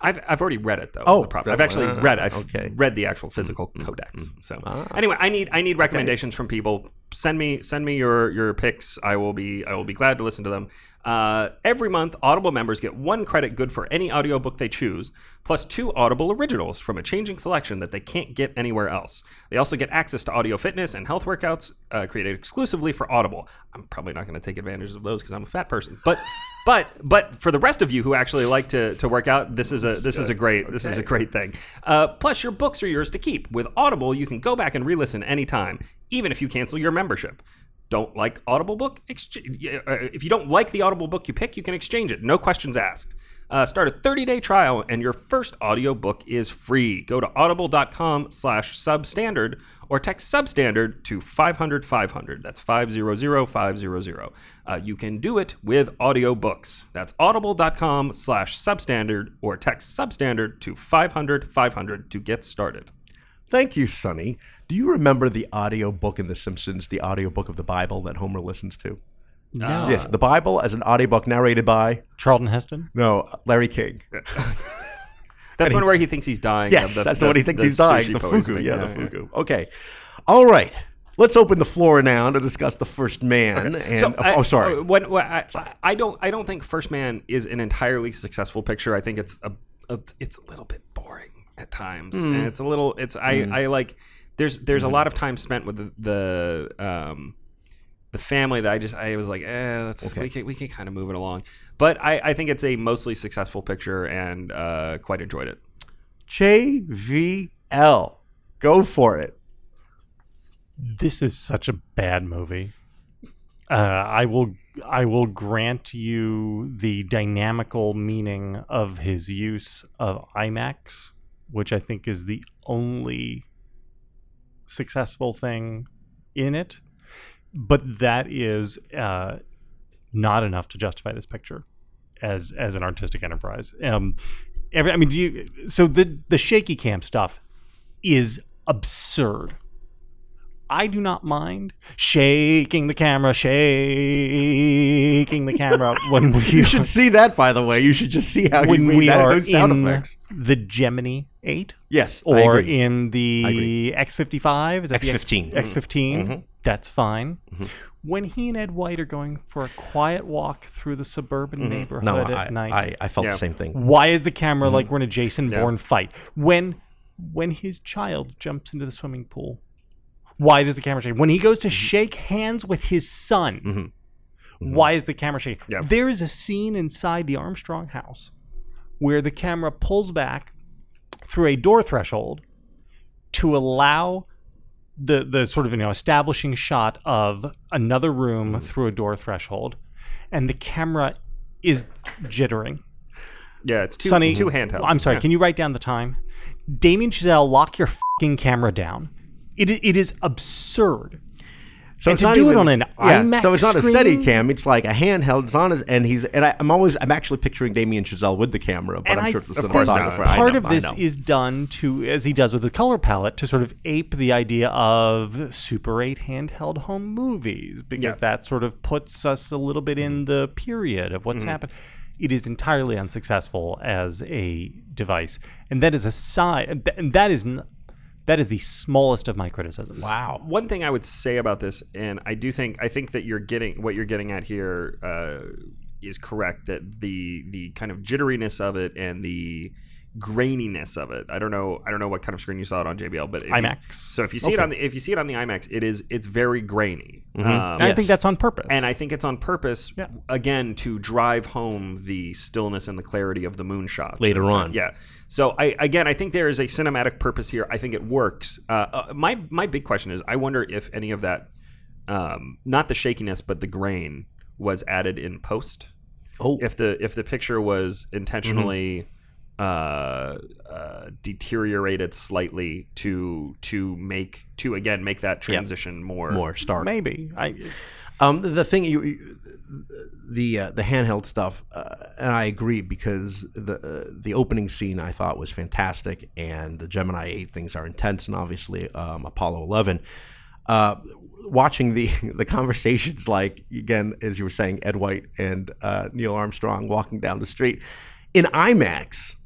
Speaker 5: I've, I've already read it though. is
Speaker 3: Oh,
Speaker 5: the problem.
Speaker 3: that
Speaker 5: I've actually
Speaker 3: one.
Speaker 5: read. I've
Speaker 3: Okay. Mm-hmm. Ah.
Speaker 5: read the actual physical codex. So anyway, I need I need recommendations from people. Send me send me your your picks. I will be I will be glad to listen to them. Uh, every month, Audible members get one credit good for any audiobook they choose, plus two Audible originals from a changing selection that they can't get anywhere else. They also get access to audio fitness and health workouts uh, created exclusively for Audible. I'm probably not going to take advantage of those because I'm a fat person, but. But but for the rest of you who actually like to, to work out, this is a this is a great this is a great thing. Uh, plus, your books are yours to keep. With Audible, you can go back and re-listen anytime, even if you cancel your membership. Don't like Audible book? Exchange. If you don't like the Audible book you pick, you can exchange it. No questions asked. Uh, start a 30-day trial, and your first audiobook is free. Go to audible.com slash substandard or text substandard to 500 500. That's 500 500. Uh, you can do it with audiobooks. That's audible.com slash substandard or text substandard to 500 500 to get started.
Speaker 3: Thank you, Sonny. Do you remember the audiobook in The Simpsons, the audiobook of the Bible that Homer listens to?
Speaker 4: No.
Speaker 3: yes, the Bible as an audiobook narrated by
Speaker 4: Charlton Heston.
Speaker 3: no Larry King.
Speaker 5: That's one where he thinks he's dying.
Speaker 3: Yes,
Speaker 5: of the-
Speaker 3: that's
Speaker 5: the-
Speaker 3: the one he thinks
Speaker 5: the
Speaker 3: he's dying.
Speaker 5: sushi
Speaker 3: The fugu,
Speaker 5: poisoning.
Speaker 3: yeah, the fugu. Okay, all right. Let's open the floor now to discuss the first man. And
Speaker 5: So, I-
Speaker 3: oh, sorry.
Speaker 5: uh, When, when I, I don't, I don't think First Man is an entirely successful picture. I think it's a, a it's a little bit boring at times,
Speaker 3: Hmm.
Speaker 5: and it's a little, it's I, I like. There's, there's a lot of time spent with the, the um, the family that I just I was like, eh, that's we can we can kind of move it along. But I, I think it's a mostly successful picture, and uh, quite enjoyed it.
Speaker 3: JVL, go for it.
Speaker 4: This is such a bad movie. Uh, I will I will grant you the dynamical meaning of his use of IMAX, which I think is the only successful thing in it. But that is uh, not enough to justify this picture as as an artistic enterprise. Um, every, I mean, do you? So the the shaky cam stuff is absurd. I do not mind shaking the camera, shaking the camera when we
Speaker 3: You should see that, by the way. You should just see how
Speaker 4: when
Speaker 3: you made
Speaker 4: we
Speaker 3: that,
Speaker 4: are
Speaker 3: those sound
Speaker 4: in
Speaker 3: effects.
Speaker 4: the Gemini Eight
Speaker 3: Yes, I
Speaker 4: or
Speaker 3: agree.
Speaker 4: in the
Speaker 3: agree. Mm-hmm.
Speaker 4: X55, is that the
Speaker 3: X15.
Speaker 4: X15, that's fine.
Speaker 3: Mm-hmm.
Speaker 4: When he and Ed White are going for a quiet walk through the suburban neighborhood
Speaker 3: Mm-hmm. no, I,
Speaker 4: at night,
Speaker 3: I, I felt
Speaker 5: Yeah.
Speaker 3: the same thing.
Speaker 4: why is the camera like we're in a Jason Bourne fight? When when his child jumps into the swimming pool, why does the camera shake? When he goes to shake hands with his son, why is the camera shaking?
Speaker 5: Yeah.
Speaker 4: There is a scene inside the Armstrong house where the camera pulls back through a door threshold to allow the the sort of you know establishing shot of another room through a door threshold, and the camera is jittering.
Speaker 5: Yeah, it's two
Speaker 4: Sonny,
Speaker 5: two handheld.
Speaker 4: I'm sorry.
Speaker 5: Yeah.
Speaker 4: Can you write down the time? Damien Chazelle, lock your fucking camera down. It i- it is absurd.
Speaker 3: So
Speaker 4: And
Speaker 3: it's
Speaker 4: to
Speaker 3: not
Speaker 4: do it
Speaker 3: even-
Speaker 4: on an IMAX
Speaker 3: so it's not a
Speaker 4: screen?
Speaker 3: steady cam. It's like a handheld. It's on his, and he's and I, I'm always I'm actually picturing Damien Chazelle with the camera, but
Speaker 4: And
Speaker 3: I'm
Speaker 4: I
Speaker 3: sure it's the
Speaker 4: think
Speaker 5: course
Speaker 3: cinematographer.
Speaker 5: not.
Speaker 3: I
Speaker 4: part
Speaker 3: know,
Speaker 4: of
Speaker 3: I
Speaker 4: this
Speaker 3: know.
Speaker 4: is done to, as he does with the color palette, to sort of ape the idea of Super 8 handheld home movies, because
Speaker 5: Yes.
Speaker 4: that sort of puts us a little bit in the period of what's happened. It is entirely unsuccessful as a device, and that is a sign. And th- and that is n- that is the smallest of my criticisms.
Speaker 3: wow.
Speaker 5: One thing I would say about this, and I do think I think that you're getting what you're getting at here uh, is correct. That the the kind of jitteriness of it and the graininess of it. I don't know. I don't know what kind of screen you saw it on JBL, but if you-
Speaker 4: IMAX.
Speaker 5: so if you see it on the if you see it on the IMAX, it is it's very grainy. Um,
Speaker 4: And I think that's on purpose.
Speaker 5: and I think it's on purpose, again, to drive home the stillness and the clarity of the moonshots
Speaker 3: Later on.
Speaker 5: Yeah. So I again, I think there is a cinematic purpose here. I think it works. Uh, uh, my my big question is, I wonder if any of that, um, not the shakiness, but the grain, was added in post.
Speaker 3: Oh.
Speaker 5: If the if the picture was intentionally. Uh, uh, deteriorated slightly to to make to again make that transition more
Speaker 3: More stark.
Speaker 4: maybe I,
Speaker 3: Um, the thing you, you the uh, the handheld stuff, uh, and I agree because the uh, the opening scene I thought was fantastic, and the Gemini Eight things are intense, and obviously um, Apollo Eleven. Uh, watching the the conversations, like again as you were saying, Ed White and uh, Neil Armstrong walking down the street in IMAX,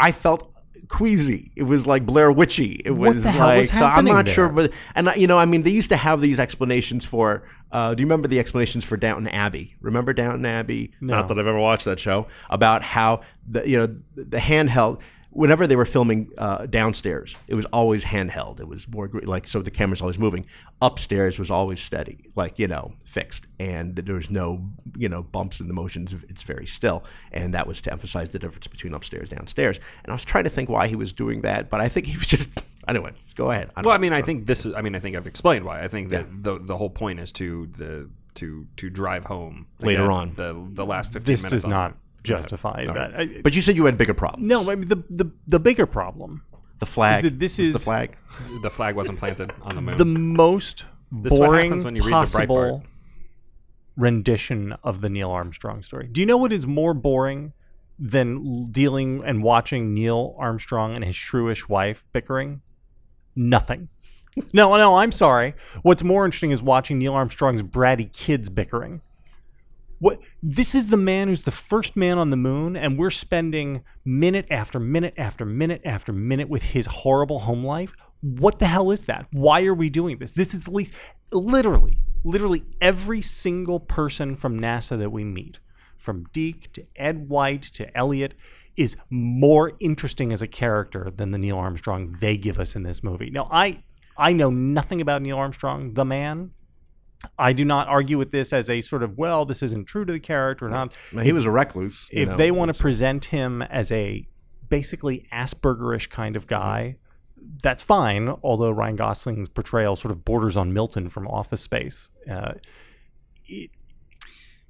Speaker 3: I felt queasy. It was like Blair Witchy. It was
Speaker 4: the hell
Speaker 3: like
Speaker 4: was
Speaker 3: so. I'm
Speaker 4: happening
Speaker 3: not sure,
Speaker 4: there?
Speaker 3: but and I- you know, I mean, they used to have these explanations for. Uh, do you remember the explanations for Downton Abbey? Remember Downton Abbey? Not that I've ever watched that show. About how the you know the the handheld. Whenever they were filming uh, downstairs, it was always handheld. It was more gr- like so the camera's always moving. Upstairs was always steady, like you know, fixed, and there was no you know bumps in the motions. It's very still, and that was to emphasize the difference between upstairs downstairs. And I was trying to think why he was doing that, but I think he was just anyway. Go ahead. I don't
Speaker 5: Well, I mean, I think this is. I mean, I think I've explained why. I think that the the whole point is to the to to drive home
Speaker 3: Later
Speaker 5: again,
Speaker 3: on.
Speaker 5: the the last fifteen
Speaker 4: this does
Speaker 5: minutes. on
Speaker 4: not
Speaker 5: it.
Speaker 4: justify that. I,
Speaker 3: But you said you had bigger problems.
Speaker 4: no, I mean the, the the bigger problem
Speaker 3: the flag.
Speaker 4: Th- this
Speaker 3: It was
Speaker 4: is-
Speaker 3: the flag.
Speaker 5: the flag wasn't planted on the moon.
Speaker 4: the most
Speaker 5: is what
Speaker 4: boring
Speaker 5: happens when you read the
Speaker 4: possible
Speaker 5: Breitbart.
Speaker 4: rendition of the Neil Armstrong story. Do you know what is more boring than l- dealing and watching Neil Armstrong and his shrewish wife bickering? Nothing. No, no, I'm sorry. What's more interesting is watching Neil Armstrong's bratty kids bickering. What this is the man who's the first man on the moon, and we're spending minute after minute after minute after minute with his horrible home life. What the hell is that? Why are we doing this? This is at least literally, literally every single person from NASA that we meet, from Deke to Ed White to Elliot, is more interesting as a character than the Neil Armstrong they give us in this movie. Now, I I know nothing about Neil Armstrong, the man. I do not argue with this as a sort of well, this isn't true to the character or not.
Speaker 3: I mean, he was a recluse. you
Speaker 4: If
Speaker 3: know.
Speaker 4: they want to present him as a basically Aspergerish kind of guy, that's fine. Although Ryan Gosling's portrayal sort of borders on Milton from Office Space, uh, it-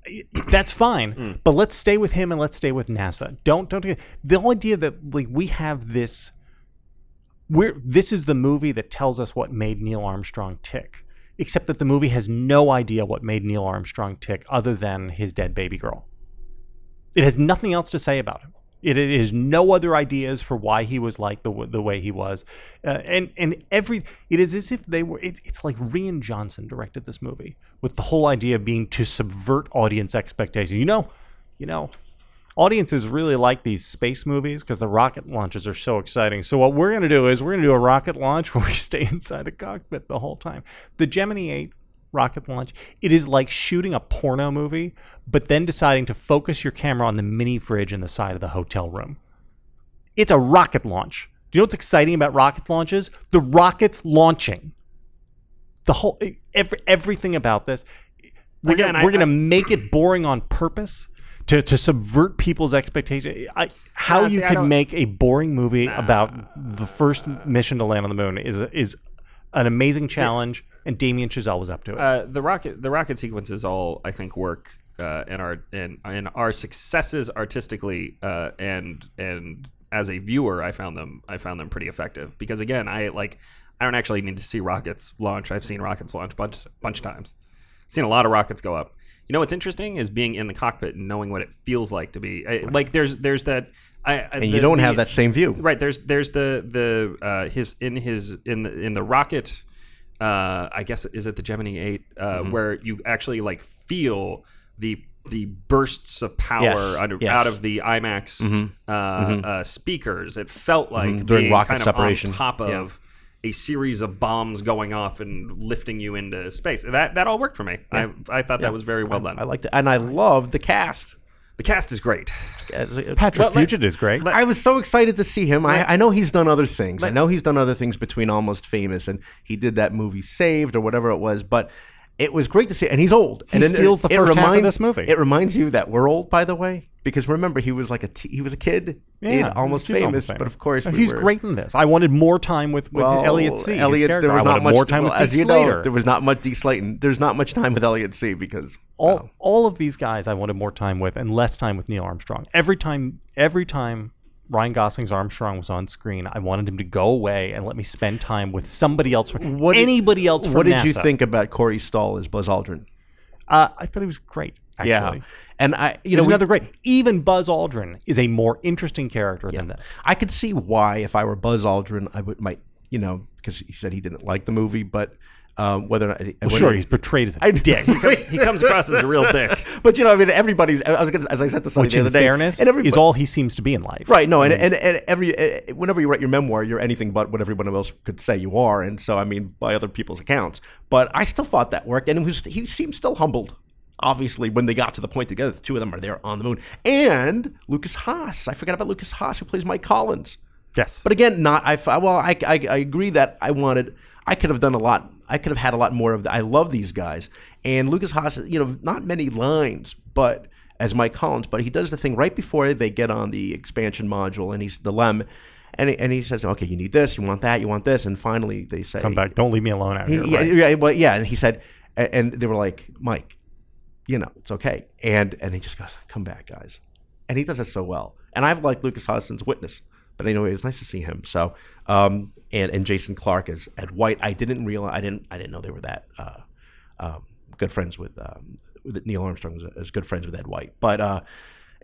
Speaker 4: it- that's fine.
Speaker 3: Hmm.
Speaker 4: But let's stay with him and let's stay with NASA. Don't don't get the whole idea that like we have this we're this is the movie that tells us what made Neil Armstrong tick. Except that the movie has no idea what made Neil Armstrong tick other than his dead baby girl. It has nothing else to say about him. It, it is no other ideas for why he was like the w- the way he was, uh, and and every it is as if they were. It, it's like Rian Johnson directed this movie with the whole idea being to subvert audience expectation. You know, you know, audiences really like these space movies because the rocket launches are so exciting. So what we're going to do is we're going to do a rocket launch where we stay inside a cockpit the whole time. The Gemini 8 rocket launch, it is like shooting a porno movie but then deciding to focus your camera on the mini fridge in the side of the hotel room. It's a rocket launch. Do you know what's exciting about rocket launches? The rockets launching. The whole every, everything about this we're
Speaker 5: Again,
Speaker 4: gonna,
Speaker 5: I-
Speaker 4: we're gonna
Speaker 5: I-
Speaker 4: make it boring on purpose to, to subvert people's expectations. I, how
Speaker 5: Nah,
Speaker 4: you
Speaker 5: see, I
Speaker 4: could
Speaker 5: don't-
Speaker 4: make a boring movie about the first mission to land on the moon is is an amazing challenge, and Damien Chazelle was up to it.
Speaker 5: uh, the rocket the rocket sequences all I think work uh, and our and and our successes artistically uh, and and as a viewer I found them I found them pretty effective because again I like I don't actually need to see rockets launch. I've seen rockets launch bunch bunch times. Seen a lot of rockets go up. You know what's interesting is being in the cockpit and knowing what it feels like to be I, like. There's there's that. I,
Speaker 3: And you don't have that same view.
Speaker 5: Right. There's there's the the uh, his in his in the in the rocket. Uh, I guess is it the Gemini Eight uh,
Speaker 3: Mm-hmm.
Speaker 5: where you actually like feel the the bursts of power
Speaker 3: Yes,
Speaker 5: under,
Speaker 3: yes. Mm-hmm.
Speaker 5: out of the IMAX Uh, Uh, speakers. It felt like
Speaker 3: During
Speaker 5: being
Speaker 3: rocket
Speaker 5: kind of
Speaker 3: separation.
Speaker 5: on top of a series of bombs going off and lifting you into space. That that all worked for me. I I thought that was very well done.
Speaker 3: I liked it, and I loved the cast.
Speaker 5: the cast is great.
Speaker 4: Patrick
Speaker 5: But let-
Speaker 4: Fugit is great.
Speaker 3: I was so excited to see him. I, I know he's done other things. I know he's done other things between Almost Famous and he did that movie Saved or whatever it was. But it was great to see. And he's old. and then
Speaker 4: steals the first half of this movie.
Speaker 3: It reminds you that we're old, by the way, because remember he was like a t- he was a kid in
Speaker 4: Yeah,
Speaker 3: Almost
Speaker 4: he's doing
Speaker 3: Famous,
Speaker 4: Almost Famous. Uh,
Speaker 3: but of course we
Speaker 4: he's
Speaker 3: were-
Speaker 4: great in this. I wanted more time with, with
Speaker 3: Well,
Speaker 4: Elliot C. his
Speaker 3: Oh, Elliot,
Speaker 4: character.
Speaker 3: there was
Speaker 4: I
Speaker 3: not
Speaker 4: wanted
Speaker 3: much
Speaker 4: more time
Speaker 3: well,
Speaker 4: with
Speaker 3: as
Speaker 4: Dick
Speaker 3: you know,
Speaker 4: Slater.
Speaker 3: there was not much D. Slayton. There's not much time with Elliot C. Because
Speaker 4: all all of these guys I wanted more time with and less time with Neil Armstrong. Every time every time Ryan Gosling's Armstrong was on screen, I wanted him to go away and let me spend time with somebody else,
Speaker 3: What
Speaker 4: what
Speaker 3: did-
Speaker 4: anybody else. From
Speaker 3: what did you
Speaker 4: NASA.
Speaker 3: think about Corey Stahl as Buzz Aldrin?
Speaker 4: Uh, I thought he was great. Actually.
Speaker 3: Yeah, and I, you
Speaker 4: He's
Speaker 3: know, we-
Speaker 4: another great. Even Buzz Aldrin is a more interesting character than this.
Speaker 3: I could see why if I were Buzz Aldrin, I would might you know because he said he didn't like the movie, but um, whether or not, I- I
Speaker 4: Sure,
Speaker 3: wouldn't-
Speaker 4: he's portrayed as a
Speaker 3: I-
Speaker 4: dick.
Speaker 5: He comes across as a real dick.
Speaker 3: but you know, I mean, everybody's. I was gonna, as I said to somebody
Speaker 4: Which,
Speaker 3: the other
Speaker 4: in
Speaker 3: day,
Speaker 4: fairness,
Speaker 3: and everybody,
Speaker 4: is all he seems to be in life.
Speaker 3: Right, no, and, and, and every eh, whenever you write your memoir, you're anything but what everyone else could say you are, and so I mean by other people's accounts. But I still thought that worked, and it was, he seemed still humbled. Obviously, when they got to the point together, the two of them are there on the moon, and Lucas Haas. I forgot about Lucas Haas, who plays Mike Collins.
Speaker 4: Yes.
Speaker 3: But again, not I. f- Well, I, I, I agree that I wanted. I could have done a lot. I could have had a lot more of. The, I love these guys and Lucas Haas. You know, not many lines, but as Mike Collins, but he does the thing right before they get on the expansion module, and he's the lem, and he, and he says, "Okay, you need this, you want that, you want this," and finally they say,
Speaker 4: come back. Don't leave me alone out here.
Speaker 3: yeah,
Speaker 4: right.
Speaker 3: yeah, well, yeah. And he said, a- and they were like, Mike, you know, it's okay. And and he just goes, come back, guys. And he does it so well. And I've liked Lucas Hodgson's witness, but anyway, it's nice to see him. So, um, and and Jason Clark as Ed White. I didn't realize, I didn't, I didn't know they were that uh, um, good friends with um, with Neil Armstrong was, was good friends with Ed White, but. uh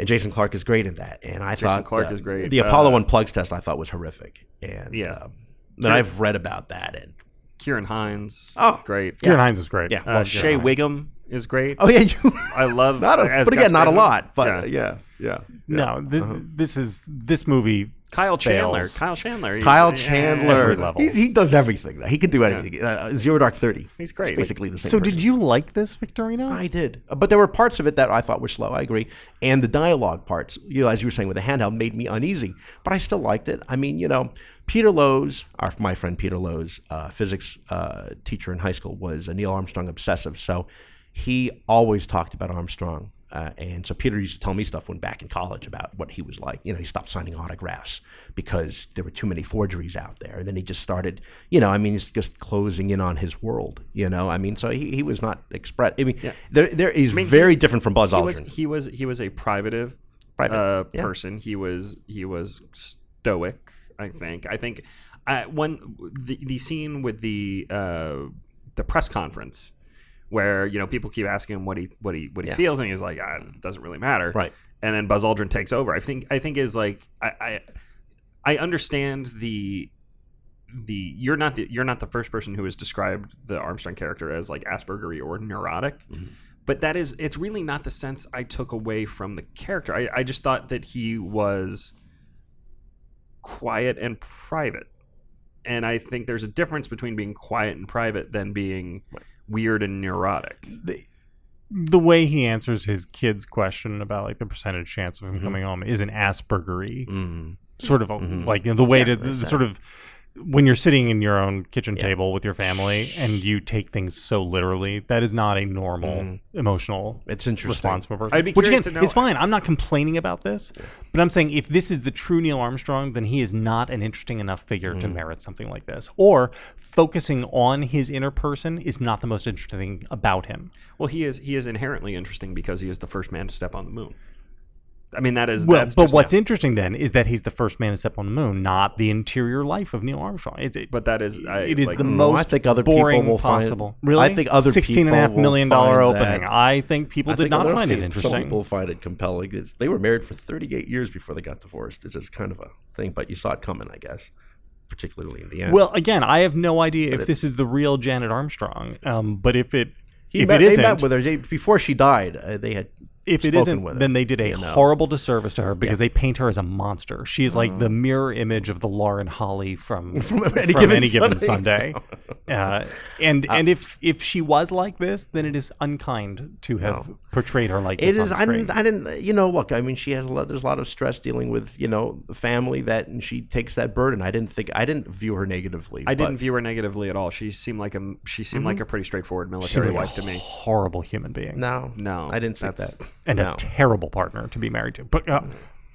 Speaker 3: and Jason Clark is great in that, and I thought
Speaker 5: Clark
Speaker 3: the-
Speaker 5: is great.
Speaker 3: The Apollo
Speaker 5: Uh,
Speaker 3: One plugs test I thought was horrific, and
Speaker 5: Yeah.
Speaker 3: um, then I've read about that, and
Speaker 5: Kieran Hines.
Speaker 3: Oh.
Speaker 5: great.
Speaker 4: Kieran Hines is great.
Speaker 3: Yeah.
Speaker 5: Uh,
Speaker 4: Love
Speaker 5: Shea
Speaker 4: Kieran Hines.
Speaker 5: Wiggum is great.
Speaker 3: oh yeah, you
Speaker 5: I love.
Speaker 3: not a,
Speaker 5: as
Speaker 3: but again,
Speaker 5: Gus
Speaker 3: not a
Speaker 5: Grissom.
Speaker 3: lot. But uh,
Speaker 5: Yeah.
Speaker 3: yeah, yeah.
Speaker 4: No, th- this is this movie.
Speaker 5: Kyle Chandler.
Speaker 4: fails.
Speaker 5: Kyle Chandler. he's-
Speaker 3: Kyle
Speaker 5: yeah,
Speaker 3: Chandler,
Speaker 4: every level.
Speaker 3: He's, he does everything. He can do anything. Uh, Zero Dark Thirty.
Speaker 5: He's great.
Speaker 3: It's basically the same.
Speaker 4: So
Speaker 3: person.
Speaker 4: did you like this, Victorino?
Speaker 3: I did, Uh, but there were parts of it that I thought were slow. I agree, and the dialogue parts, you know, as you were saying with the handheld, made me uneasy. But I still liked it. I mean, you know, Peter Lowe's, our my friend Peter Lowe's, uh, physics uh, teacher in high school, was a Neil Armstrong obsessive. So he always talked about Armstrong. Uh, and so Peter used to tell me stuff when back in college about what he was like. You know, he stopped signing autographs because there were too many forgeries out there. And then he just started, you know, I mean, he's just closing in on his world. You know, I mean, so he, he was not express. I mean, there there is
Speaker 5: mean,
Speaker 3: very
Speaker 5: he's-
Speaker 3: different from Buzz
Speaker 5: He was
Speaker 3: Aldrin.
Speaker 5: he was he was a privative,
Speaker 3: Private,
Speaker 5: uh,
Speaker 3: yeah.
Speaker 5: person. He was he was stoic. I think. I think. I, one the the scene with the uh, the press conference where you know people keep asking him what he what he what he feels and he's like ah, it doesn't really matter
Speaker 3: Right.
Speaker 5: and then Buzz Aldrin takes over I think I think is like I I, I understand the the you're not the you're not the first person who has described the Armstrong character as like Aspergery or neurotic. But that is it's really not the sense I took away from the character. I, I just thought that he was quiet and private. And I think there's a difference between being quiet and private than being weird and neurotic.
Speaker 4: the way he answers his kid's question about like the percentage chance
Speaker 3: Mm-hmm.
Speaker 4: of him coming home is an Aspergery sort of a-
Speaker 3: Mm-hmm.
Speaker 4: like you know, the way to the, sort of when you're sitting in your own kitchen table with your family and you take things so literally that is not a normal emotional
Speaker 3: Mm-hmm. It's interesting.
Speaker 4: response from a person.
Speaker 5: I'd be
Speaker 4: Which again
Speaker 5: curious to know-
Speaker 4: is fine. I'm not complaining about this, but I'm saying if this is the true Neil Armstrong, then he is not an interesting enough figure to merit something like this. Or focusing on his inner person is not the most interesting thing about him.
Speaker 5: Well, he is he is inherently interesting because he is the first man to step on the moon. I mean, that is.
Speaker 4: Well,
Speaker 5: that's
Speaker 4: but
Speaker 5: just
Speaker 4: what's interesting then is that he's the first man to step on the moon, not the interior life of Neil Armstrong. It's, it,
Speaker 5: But that is. I,
Speaker 4: it is
Speaker 5: like,
Speaker 4: the
Speaker 3: No, I
Speaker 4: most
Speaker 3: think other people
Speaker 4: boring
Speaker 3: will find-
Speaker 4: possible.
Speaker 3: Really? I think other
Speaker 4: sixteen and a half
Speaker 3: people will
Speaker 4: million dollar
Speaker 3: find
Speaker 4: opening.
Speaker 3: that-
Speaker 4: I think people
Speaker 3: I
Speaker 4: did
Speaker 3: think
Speaker 4: not
Speaker 3: other
Speaker 4: find it
Speaker 3: fe- Some
Speaker 4: interesting.
Speaker 3: people find it compelling. It's- They were married for 38 years before they got divorced. It's just kind of a thing, but you saw it coming, I guess, particularly in the end.
Speaker 4: Well, again, I have no idea if this is the real Janet Armstrong. Um, but if it
Speaker 3: he
Speaker 4: if
Speaker 3: met,
Speaker 4: it
Speaker 3: they met
Speaker 4: isn't,
Speaker 3: with her they- before she died. Uh, they had
Speaker 4: if it
Speaker 3: spoken
Speaker 4: isn't,
Speaker 3: with her.
Speaker 4: then they did a horrible disservice to her because they paint her as a monster. She is like the mirror image of the Lauren Holly from from
Speaker 3: Mm-hmm. Any Given Sunday.
Speaker 4: Sunday. uh, and and if if she was like this, then it is unkind to have portrayed her like
Speaker 3: It
Speaker 4: this.
Speaker 3: is.
Speaker 4: on
Speaker 3: I
Speaker 4: screen.
Speaker 3: didn't. I didn't. You know, look. I mean, she has a lot. There's a lot of stress dealing with you know the family that, and she takes that burden. I didn't think. I didn't view her negatively.
Speaker 5: I
Speaker 3: but-
Speaker 5: didn't view her negatively at all. She seemed like a she
Speaker 4: Mm-hmm.
Speaker 5: seemed like a pretty straightforward military wife to me.
Speaker 4: horrible human being
Speaker 3: No,
Speaker 5: No,
Speaker 3: I didn't think
Speaker 5: that's-
Speaker 3: that.
Speaker 4: and
Speaker 3: no.
Speaker 4: a terrible partner to be married to. But uh,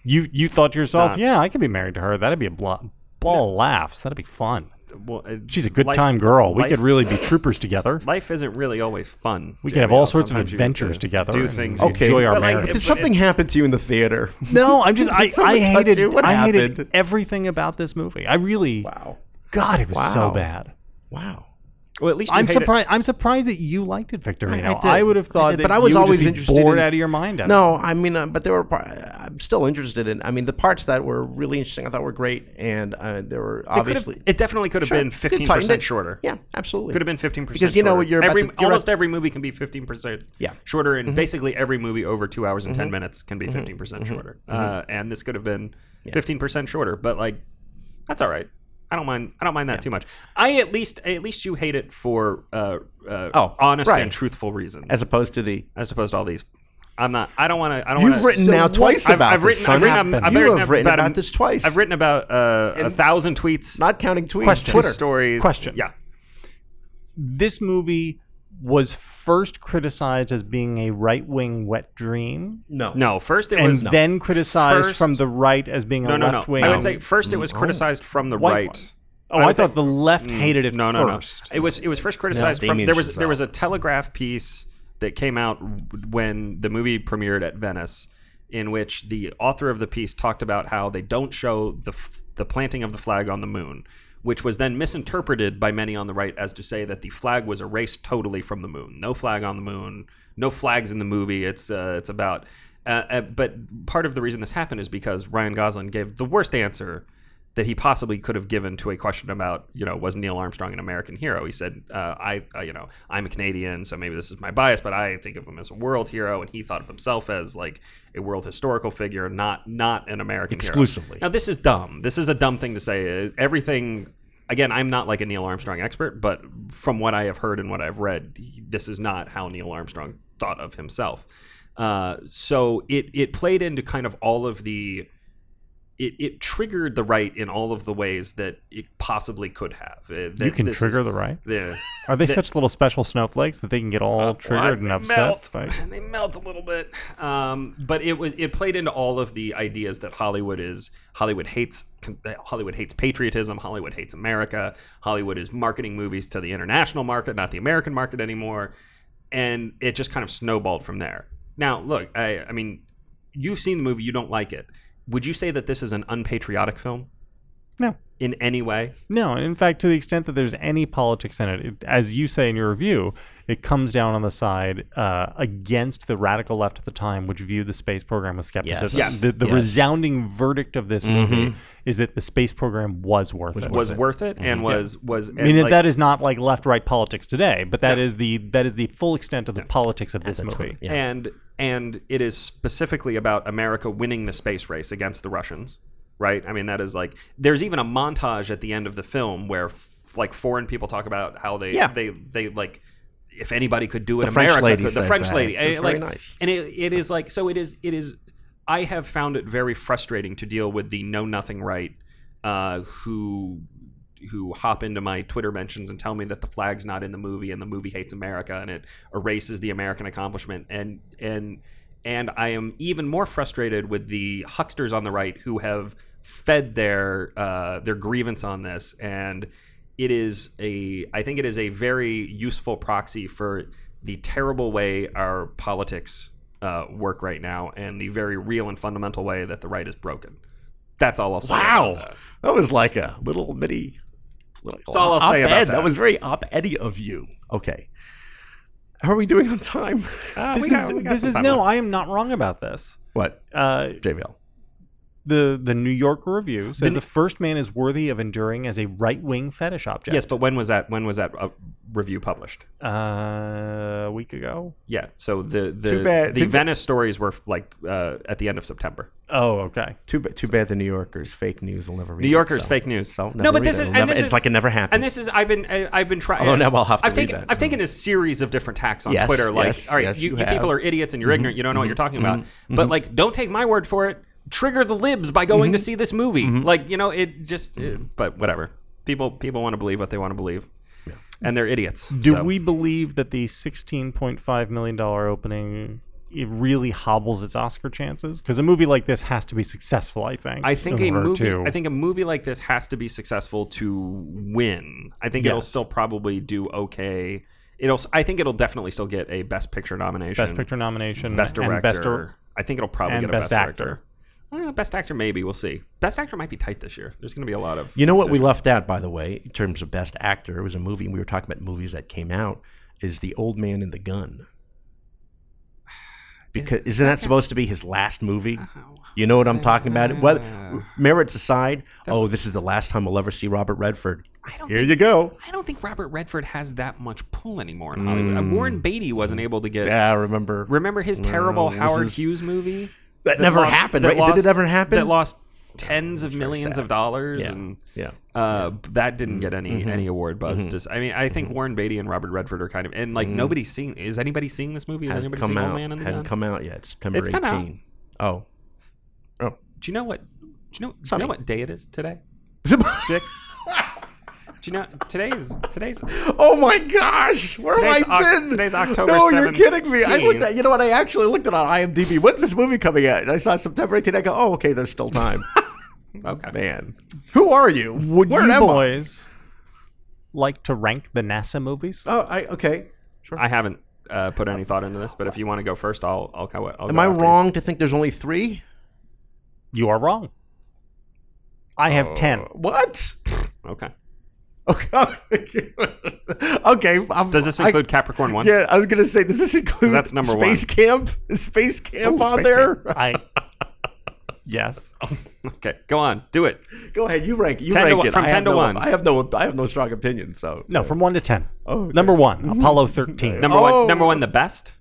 Speaker 4: you you thought to yourself,
Speaker 5: not-
Speaker 4: yeah, I could be married to her. That'd be a blo- ball of laughs. That'd be fun.
Speaker 5: Well, uh,
Speaker 4: She's a good
Speaker 5: life-
Speaker 4: time girl. We
Speaker 5: life-
Speaker 4: could really be troopers together.
Speaker 5: Life isn't really always fun.
Speaker 4: We could have
Speaker 5: Jamie.
Speaker 4: all sorts of
Speaker 5: Sometimes you have
Speaker 4: adventures
Speaker 5: to
Speaker 4: together
Speaker 5: Do
Speaker 4: and
Speaker 5: things.
Speaker 3: Okay.
Speaker 4: enjoy our
Speaker 5: But, like,
Speaker 4: marriage.
Speaker 5: it-
Speaker 3: Did something happen to you in the theater?
Speaker 4: No, I'm just I, I
Speaker 3: someone touch
Speaker 4: hated
Speaker 3: you? What
Speaker 4: I hated
Speaker 3: happened?
Speaker 4: everything about this movie. I really
Speaker 3: Wow.
Speaker 4: God, it was so
Speaker 3: Wow.
Speaker 4: bad.
Speaker 3: Wow.
Speaker 5: Well, at least you
Speaker 4: I'm
Speaker 5: hate it.
Speaker 4: surprised. I'm surprised that you liked it, Victorino.
Speaker 3: did.
Speaker 4: I, would have thought
Speaker 3: did,
Speaker 4: that
Speaker 3: but I was
Speaker 4: you would
Speaker 3: always
Speaker 4: just be
Speaker 3: interested
Speaker 4: bored
Speaker 3: in-
Speaker 4: out of your mind. at it.
Speaker 3: No, I mean, uh, but there were. Par- I'm still interested in. I mean, the parts that were really interesting, I thought were great, and uh, there were
Speaker 5: It could've-
Speaker 3: obviously.
Speaker 5: it definitely could have
Speaker 3: Sure.
Speaker 5: been
Speaker 3: They tightened
Speaker 5: 15 percent
Speaker 3: it.
Speaker 5: shorter.
Speaker 3: Yeah, absolutely.
Speaker 5: Could have been 15 percent.
Speaker 3: Because you know what you're about
Speaker 5: every,
Speaker 3: to- you're
Speaker 5: almost
Speaker 3: about-
Speaker 5: every movie can be 15 percent.
Speaker 3: Yeah. Mm-hmm.
Speaker 5: shorter, and basically every movie over two hours and 10 minutes can be 15 percent shorter.
Speaker 3: Mm-hmm.
Speaker 5: Uh, and this could have been 15 percent shorter, but like that's all right. I don't mind. I don't mind that too much. I at least at least you hate it for uh, uh,
Speaker 3: Oh,
Speaker 5: honest
Speaker 3: right.
Speaker 5: and truthful reasons
Speaker 3: as opposed to the.
Speaker 5: as opposed to all these. I'm not. I don't want to. I don't.
Speaker 3: You've
Speaker 5: wanna,
Speaker 3: written now twice
Speaker 5: I've,
Speaker 3: about
Speaker 5: I've
Speaker 3: this.
Speaker 5: written. I've written. I've
Speaker 3: you
Speaker 5: written
Speaker 3: have written
Speaker 5: about,
Speaker 3: about,
Speaker 5: a-
Speaker 3: this twice.
Speaker 5: I've written about uh, a thousand tweets.
Speaker 3: not counting tweets.
Speaker 4: Question.
Speaker 3: Twitter.
Speaker 5: stories.
Speaker 4: Question.
Speaker 5: Yeah.
Speaker 4: this movie was first criticized as being a right wing wet dream,
Speaker 3: No.
Speaker 5: No. First, it
Speaker 4: and
Speaker 5: was
Speaker 4: then criticized
Speaker 5: First-
Speaker 4: from the right as being
Speaker 5: no,
Speaker 4: a
Speaker 5: no, no.
Speaker 4: left wing.
Speaker 5: I would say first it was
Speaker 3: Mm-hmm.
Speaker 5: criticized from the
Speaker 4: White
Speaker 5: right.
Speaker 4: oh,
Speaker 5: I
Speaker 4: I,
Speaker 5: would
Speaker 4: thought
Speaker 5: say- Mm,
Speaker 4: the left hated it
Speaker 5: No, no, no.
Speaker 4: first.
Speaker 5: It was it was first criticized
Speaker 3: Sting
Speaker 5: from there was
Speaker 3: News
Speaker 5: there was a Telegraph piece that came out when the movie premiered at Venice, in which the author of the piece talked about how they don't show the f- the planting of the flag on the moon. Which was then misinterpreted by many on the right as to say that the flag was erased totally from the moon. No flag on the moon. No flags in the movie. It's uh, it's about. Uh, uh, but part of the reason this happened is because Ryan Gosling gave the worst answer that he possibly could have given to a question about, you know, was Neil Armstrong an American hero? He said, uh, I, uh, you know, I'm a Canadian, so maybe this is my bias, but I think of him as a world hero, and he thought of himself as like a world historical figure, not not an American hero.
Speaker 3: Exclusively.
Speaker 5: Now this is dumb. This is a dumb thing to say. Uh, Everything. Again, I'm not like a Neil Armstrong expert, but from what I have heard and what I've read, he- this is not how Neil Armstrong thought of himself. Uh, so it it played into kind of all of the it, it triggered the right in all of the ways that it possibly could have. Uh,
Speaker 4: you
Speaker 5: that
Speaker 4: can
Speaker 5: this
Speaker 4: trigger
Speaker 5: is-
Speaker 4: the right.
Speaker 5: the
Speaker 4: Are they such little special snowflakes that they can get all triggered and
Speaker 5: They
Speaker 4: upset?
Speaker 5: Melt.
Speaker 4: by-
Speaker 5: They melt a little bit. Um, but it was it played into all of the ideas that Hollywood is Hollywood hates that Hollywood hates patriotism. Hollywood hates America. Hollywood is marketing movies to the international market, not the American market anymore. And it just kind of snowballed from there. Now, look, I, I mean, you've seen the movie. You don't like it. Would you say that this is an unpatriotic film
Speaker 4: No.
Speaker 5: in any way?
Speaker 4: No, in fact, to the extent that there's any politics in it, it as you say in your review, it comes down on the side uh, against the radical left at the time, which viewed the space program with skepticism.
Speaker 5: Yes. Mm-hmm.
Speaker 4: The, the resounding verdict of this movie is that the space program was worth it. Mm-hmm.
Speaker 5: was worth it, and was was.
Speaker 4: I mean, that is not like left-right politics today, but that is the that is the full extent of the politics of this movie.
Speaker 5: and and it is specifically about America winning the space race against the Russians, right? I mean, that is like there's even a montage at the end of the film where f- like foreign people talk about how they
Speaker 3: Yeah.
Speaker 5: they they like if anybody could do it,
Speaker 3: The French
Speaker 5: America
Speaker 3: lady
Speaker 5: could. The
Speaker 3: says
Speaker 5: French
Speaker 3: that.
Speaker 5: lady,
Speaker 3: It's
Speaker 5: and
Speaker 3: very
Speaker 5: like,
Speaker 3: nice.
Speaker 5: and it, it is like so. It is it is. I have found it very frustrating to deal with the know nothing right uh, who who hop into my Twitter mentions and tell me that the flag's not in the movie and the movie hates America and it erases the American accomplishment and and and I am even more frustrated with the hucksters on the right who have fed their uh, their grievance on this and it is a I think it is a very useful proxy for the terrible way our politics uh, work right now and the very real and fundamental way that the right is broken. That's all I'll say. about
Speaker 3: Wow,
Speaker 5: that.
Speaker 3: that was like a little mini. Little
Speaker 5: That's all I'll say about
Speaker 3: op-ed.
Speaker 5: that.
Speaker 3: was very op-eddy of you. Okay, how are we doing on time?
Speaker 5: Uh,
Speaker 4: This
Speaker 5: we got-
Speaker 4: is
Speaker 5: we got
Speaker 4: this
Speaker 5: some
Speaker 4: is
Speaker 5: time
Speaker 4: no.
Speaker 5: left.
Speaker 4: I am not wrong about this.
Speaker 3: what
Speaker 4: Uh,
Speaker 3: JVL?
Speaker 4: the the New York Review says
Speaker 5: The-
Speaker 4: the first man is worthy of enduring as a right wing fetish object.
Speaker 5: Yes, but when was that? When was that uh, review published?
Speaker 4: uh, a week ago.
Speaker 5: Yeah. So the the
Speaker 3: Too bad-
Speaker 5: the
Speaker 3: too bad-
Speaker 5: Venice stories were like uh, at the end of September.
Speaker 4: Oh, okay.
Speaker 3: Too bad. Too bad. The New Yorkers fake news will never read.
Speaker 5: New
Speaker 3: it,
Speaker 5: Yorker's
Speaker 3: so-
Speaker 5: fake news.
Speaker 3: So
Speaker 5: no, but this
Speaker 3: and
Speaker 5: is, and
Speaker 3: never,
Speaker 5: this
Speaker 3: it's
Speaker 5: is
Speaker 3: like it never happened.
Speaker 5: And this is I've been I, I've been trying.
Speaker 3: Although now I'll have to
Speaker 5: I've
Speaker 3: read
Speaker 5: taken
Speaker 3: that.
Speaker 5: I've taken a series of different tacks on
Speaker 3: Yes,
Speaker 5: Twitter. Like,
Speaker 3: yes,
Speaker 5: all right,
Speaker 3: yes, you
Speaker 5: you, you
Speaker 3: have. Mm-hmm,
Speaker 5: people are idiots and you're ignorant. You don't know what you're talking about. But like, don't take my word for it. Trigger the libs by going
Speaker 3: Mm-hmm,
Speaker 5: to see this movie. Like, you know, it just. uh, but whatever. People people want to believe what they want to believe, and they're idiots.
Speaker 4: Do
Speaker 5: so.
Speaker 4: we believe that the sixteen point five million dollar opening it really hobbles its Oscar chances? Because a movie like this has to be successful. I think.
Speaker 5: I think
Speaker 4: in
Speaker 5: a
Speaker 4: order
Speaker 5: movie.
Speaker 4: to-
Speaker 5: I think a movie like this has to be successful to win. I think it'll
Speaker 4: Yes.
Speaker 5: still probably do okay. It'll. I think it'll definitely still get a best picture nomination.
Speaker 4: best picture nomination,
Speaker 5: best director.
Speaker 4: and best dir-
Speaker 5: I think it'll probably
Speaker 4: and
Speaker 5: get a
Speaker 4: best
Speaker 5: best,
Speaker 4: actor.
Speaker 5: Director. Uh, best actor, maybe we'll see. Best actor might be tight this year. There's going to be a lot of.
Speaker 3: You know what we left out, by the way, in terms of best actor, it was a movie. and We were talking about movies that came out. Is the old man and the gun? Because isn't that supposed to be his last movie?
Speaker 5: Uh-huh. oh,
Speaker 3: You know what I'm talking about.
Speaker 5: Mm.
Speaker 3: Whether merits aside, oh, this is the last time we'll ever see Robert Redford.
Speaker 5: I don't
Speaker 3: Here
Speaker 5: think,
Speaker 3: you go.
Speaker 5: I don't think Robert Redford has that much pull anymore in Hollywood. Uh, Warren Beatty wasn't able to get.
Speaker 3: Hmm. Yeah, I remember.
Speaker 5: Remember his terrible
Speaker 3: this
Speaker 5: Howard
Speaker 3: is-
Speaker 5: Hughes movie?
Speaker 3: That never
Speaker 5: lost-
Speaker 3: happened,
Speaker 5: that
Speaker 3: right? Did it
Speaker 5: lost-
Speaker 3: ever happen?
Speaker 5: That lost tens of millions of dollars and
Speaker 3: yeah. Mm-hmm.
Speaker 5: Uh, that didn't get any any award buzz. Just, I mean, I think Warren Beatty and Robert Redford are kind of and like nobody's seeing. Is anybody seeing this movie? Is
Speaker 3: Hasn't
Speaker 5: anybody
Speaker 3: Mm-hmm. come
Speaker 5: seeing
Speaker 3: out.
Speaker 5: Old Man in the
Speaker 3: Hadn't
Speaker 5: Gun?
Speaker 3: come out yet. September
Speaker 5: It's
Speaker 3: 18.
Speaker 5: come out.
Speaker 3: Oh,
Speaker 5: Do you know what? Do you know? Do you know what day it is today? Do you know today's today's?
Speaker 3: Oh my gosh, where
Speaker 5: Today's
Speaker 3: have I
Speaker 5: Oc-
Speaker 3: been?
Speaker 5: today's October
Speaker 3: No, you're kidding me. I
Speaker 5: 17th.
Speaker 3: looked at you know what? I actually looked at it on IMDb. When's this movie coming out? And I saw September 18. I go, oh, okay, there's still time.
Speaker 5: Okay.
Speaker 3: Man, who are you?
Speaker 4: Would
Speaker 3: where
Speaker 4: you
Speaker 3: am I?
Speaker 4: boys like to rank the NASA movies?
Speaker 3: Oh, I okay. Sure.
Speaker 5: I haven't uh, put any thought into this, but if you want to go first, I'll I'll go. I'll
Speaker 3: Am
Speaker 5: go
Speaker 3: I
Speaker 5: after you.
Speaker 3: wrong to think there's only three?
Speaker 4: You are wrong. I have
Speaker 3: Oh.
Speaker 4: ten.
Speaker 3: What?
Speaker 5: Okay.
Speaker 3: Okay. okay. I'm,
Speaker 5: Does this
Speaker 3: I-
Speaker 5: include Capricorn One?
Speaker 3: yeah, I was gonna say, does this include
Speaker 5: That's number one.
Speaker 3: Space Camp? Is Space Camp
Speaker 5: Ooh,
Speaker 3: on
Speaker 5: Space
Speaker 3: there?
Speaker 4: I yes.
Speaker 5: Okay. Go on. Do it.
Speaker 3: Go ahead, you rank. You
Speaker 5: 10 to
Speaker 3: rank
Speaker 5: one-
Speaker 3: it.
Speaker 5: from
Speaker 3: I have
Speaker 5: 10 to
Speaker 3: no,
Speaker 5: one.
Speaker 3: I have no. I have no strong opinion. So
Speaker 4: No, from one to ten.
Speaker 3: Oh, okay.
Speaker 4: Number one, Apollo thirteen.
Speaker 5: Number
Speaker 3: Oh.
Speaker 5: one. Number one. The best.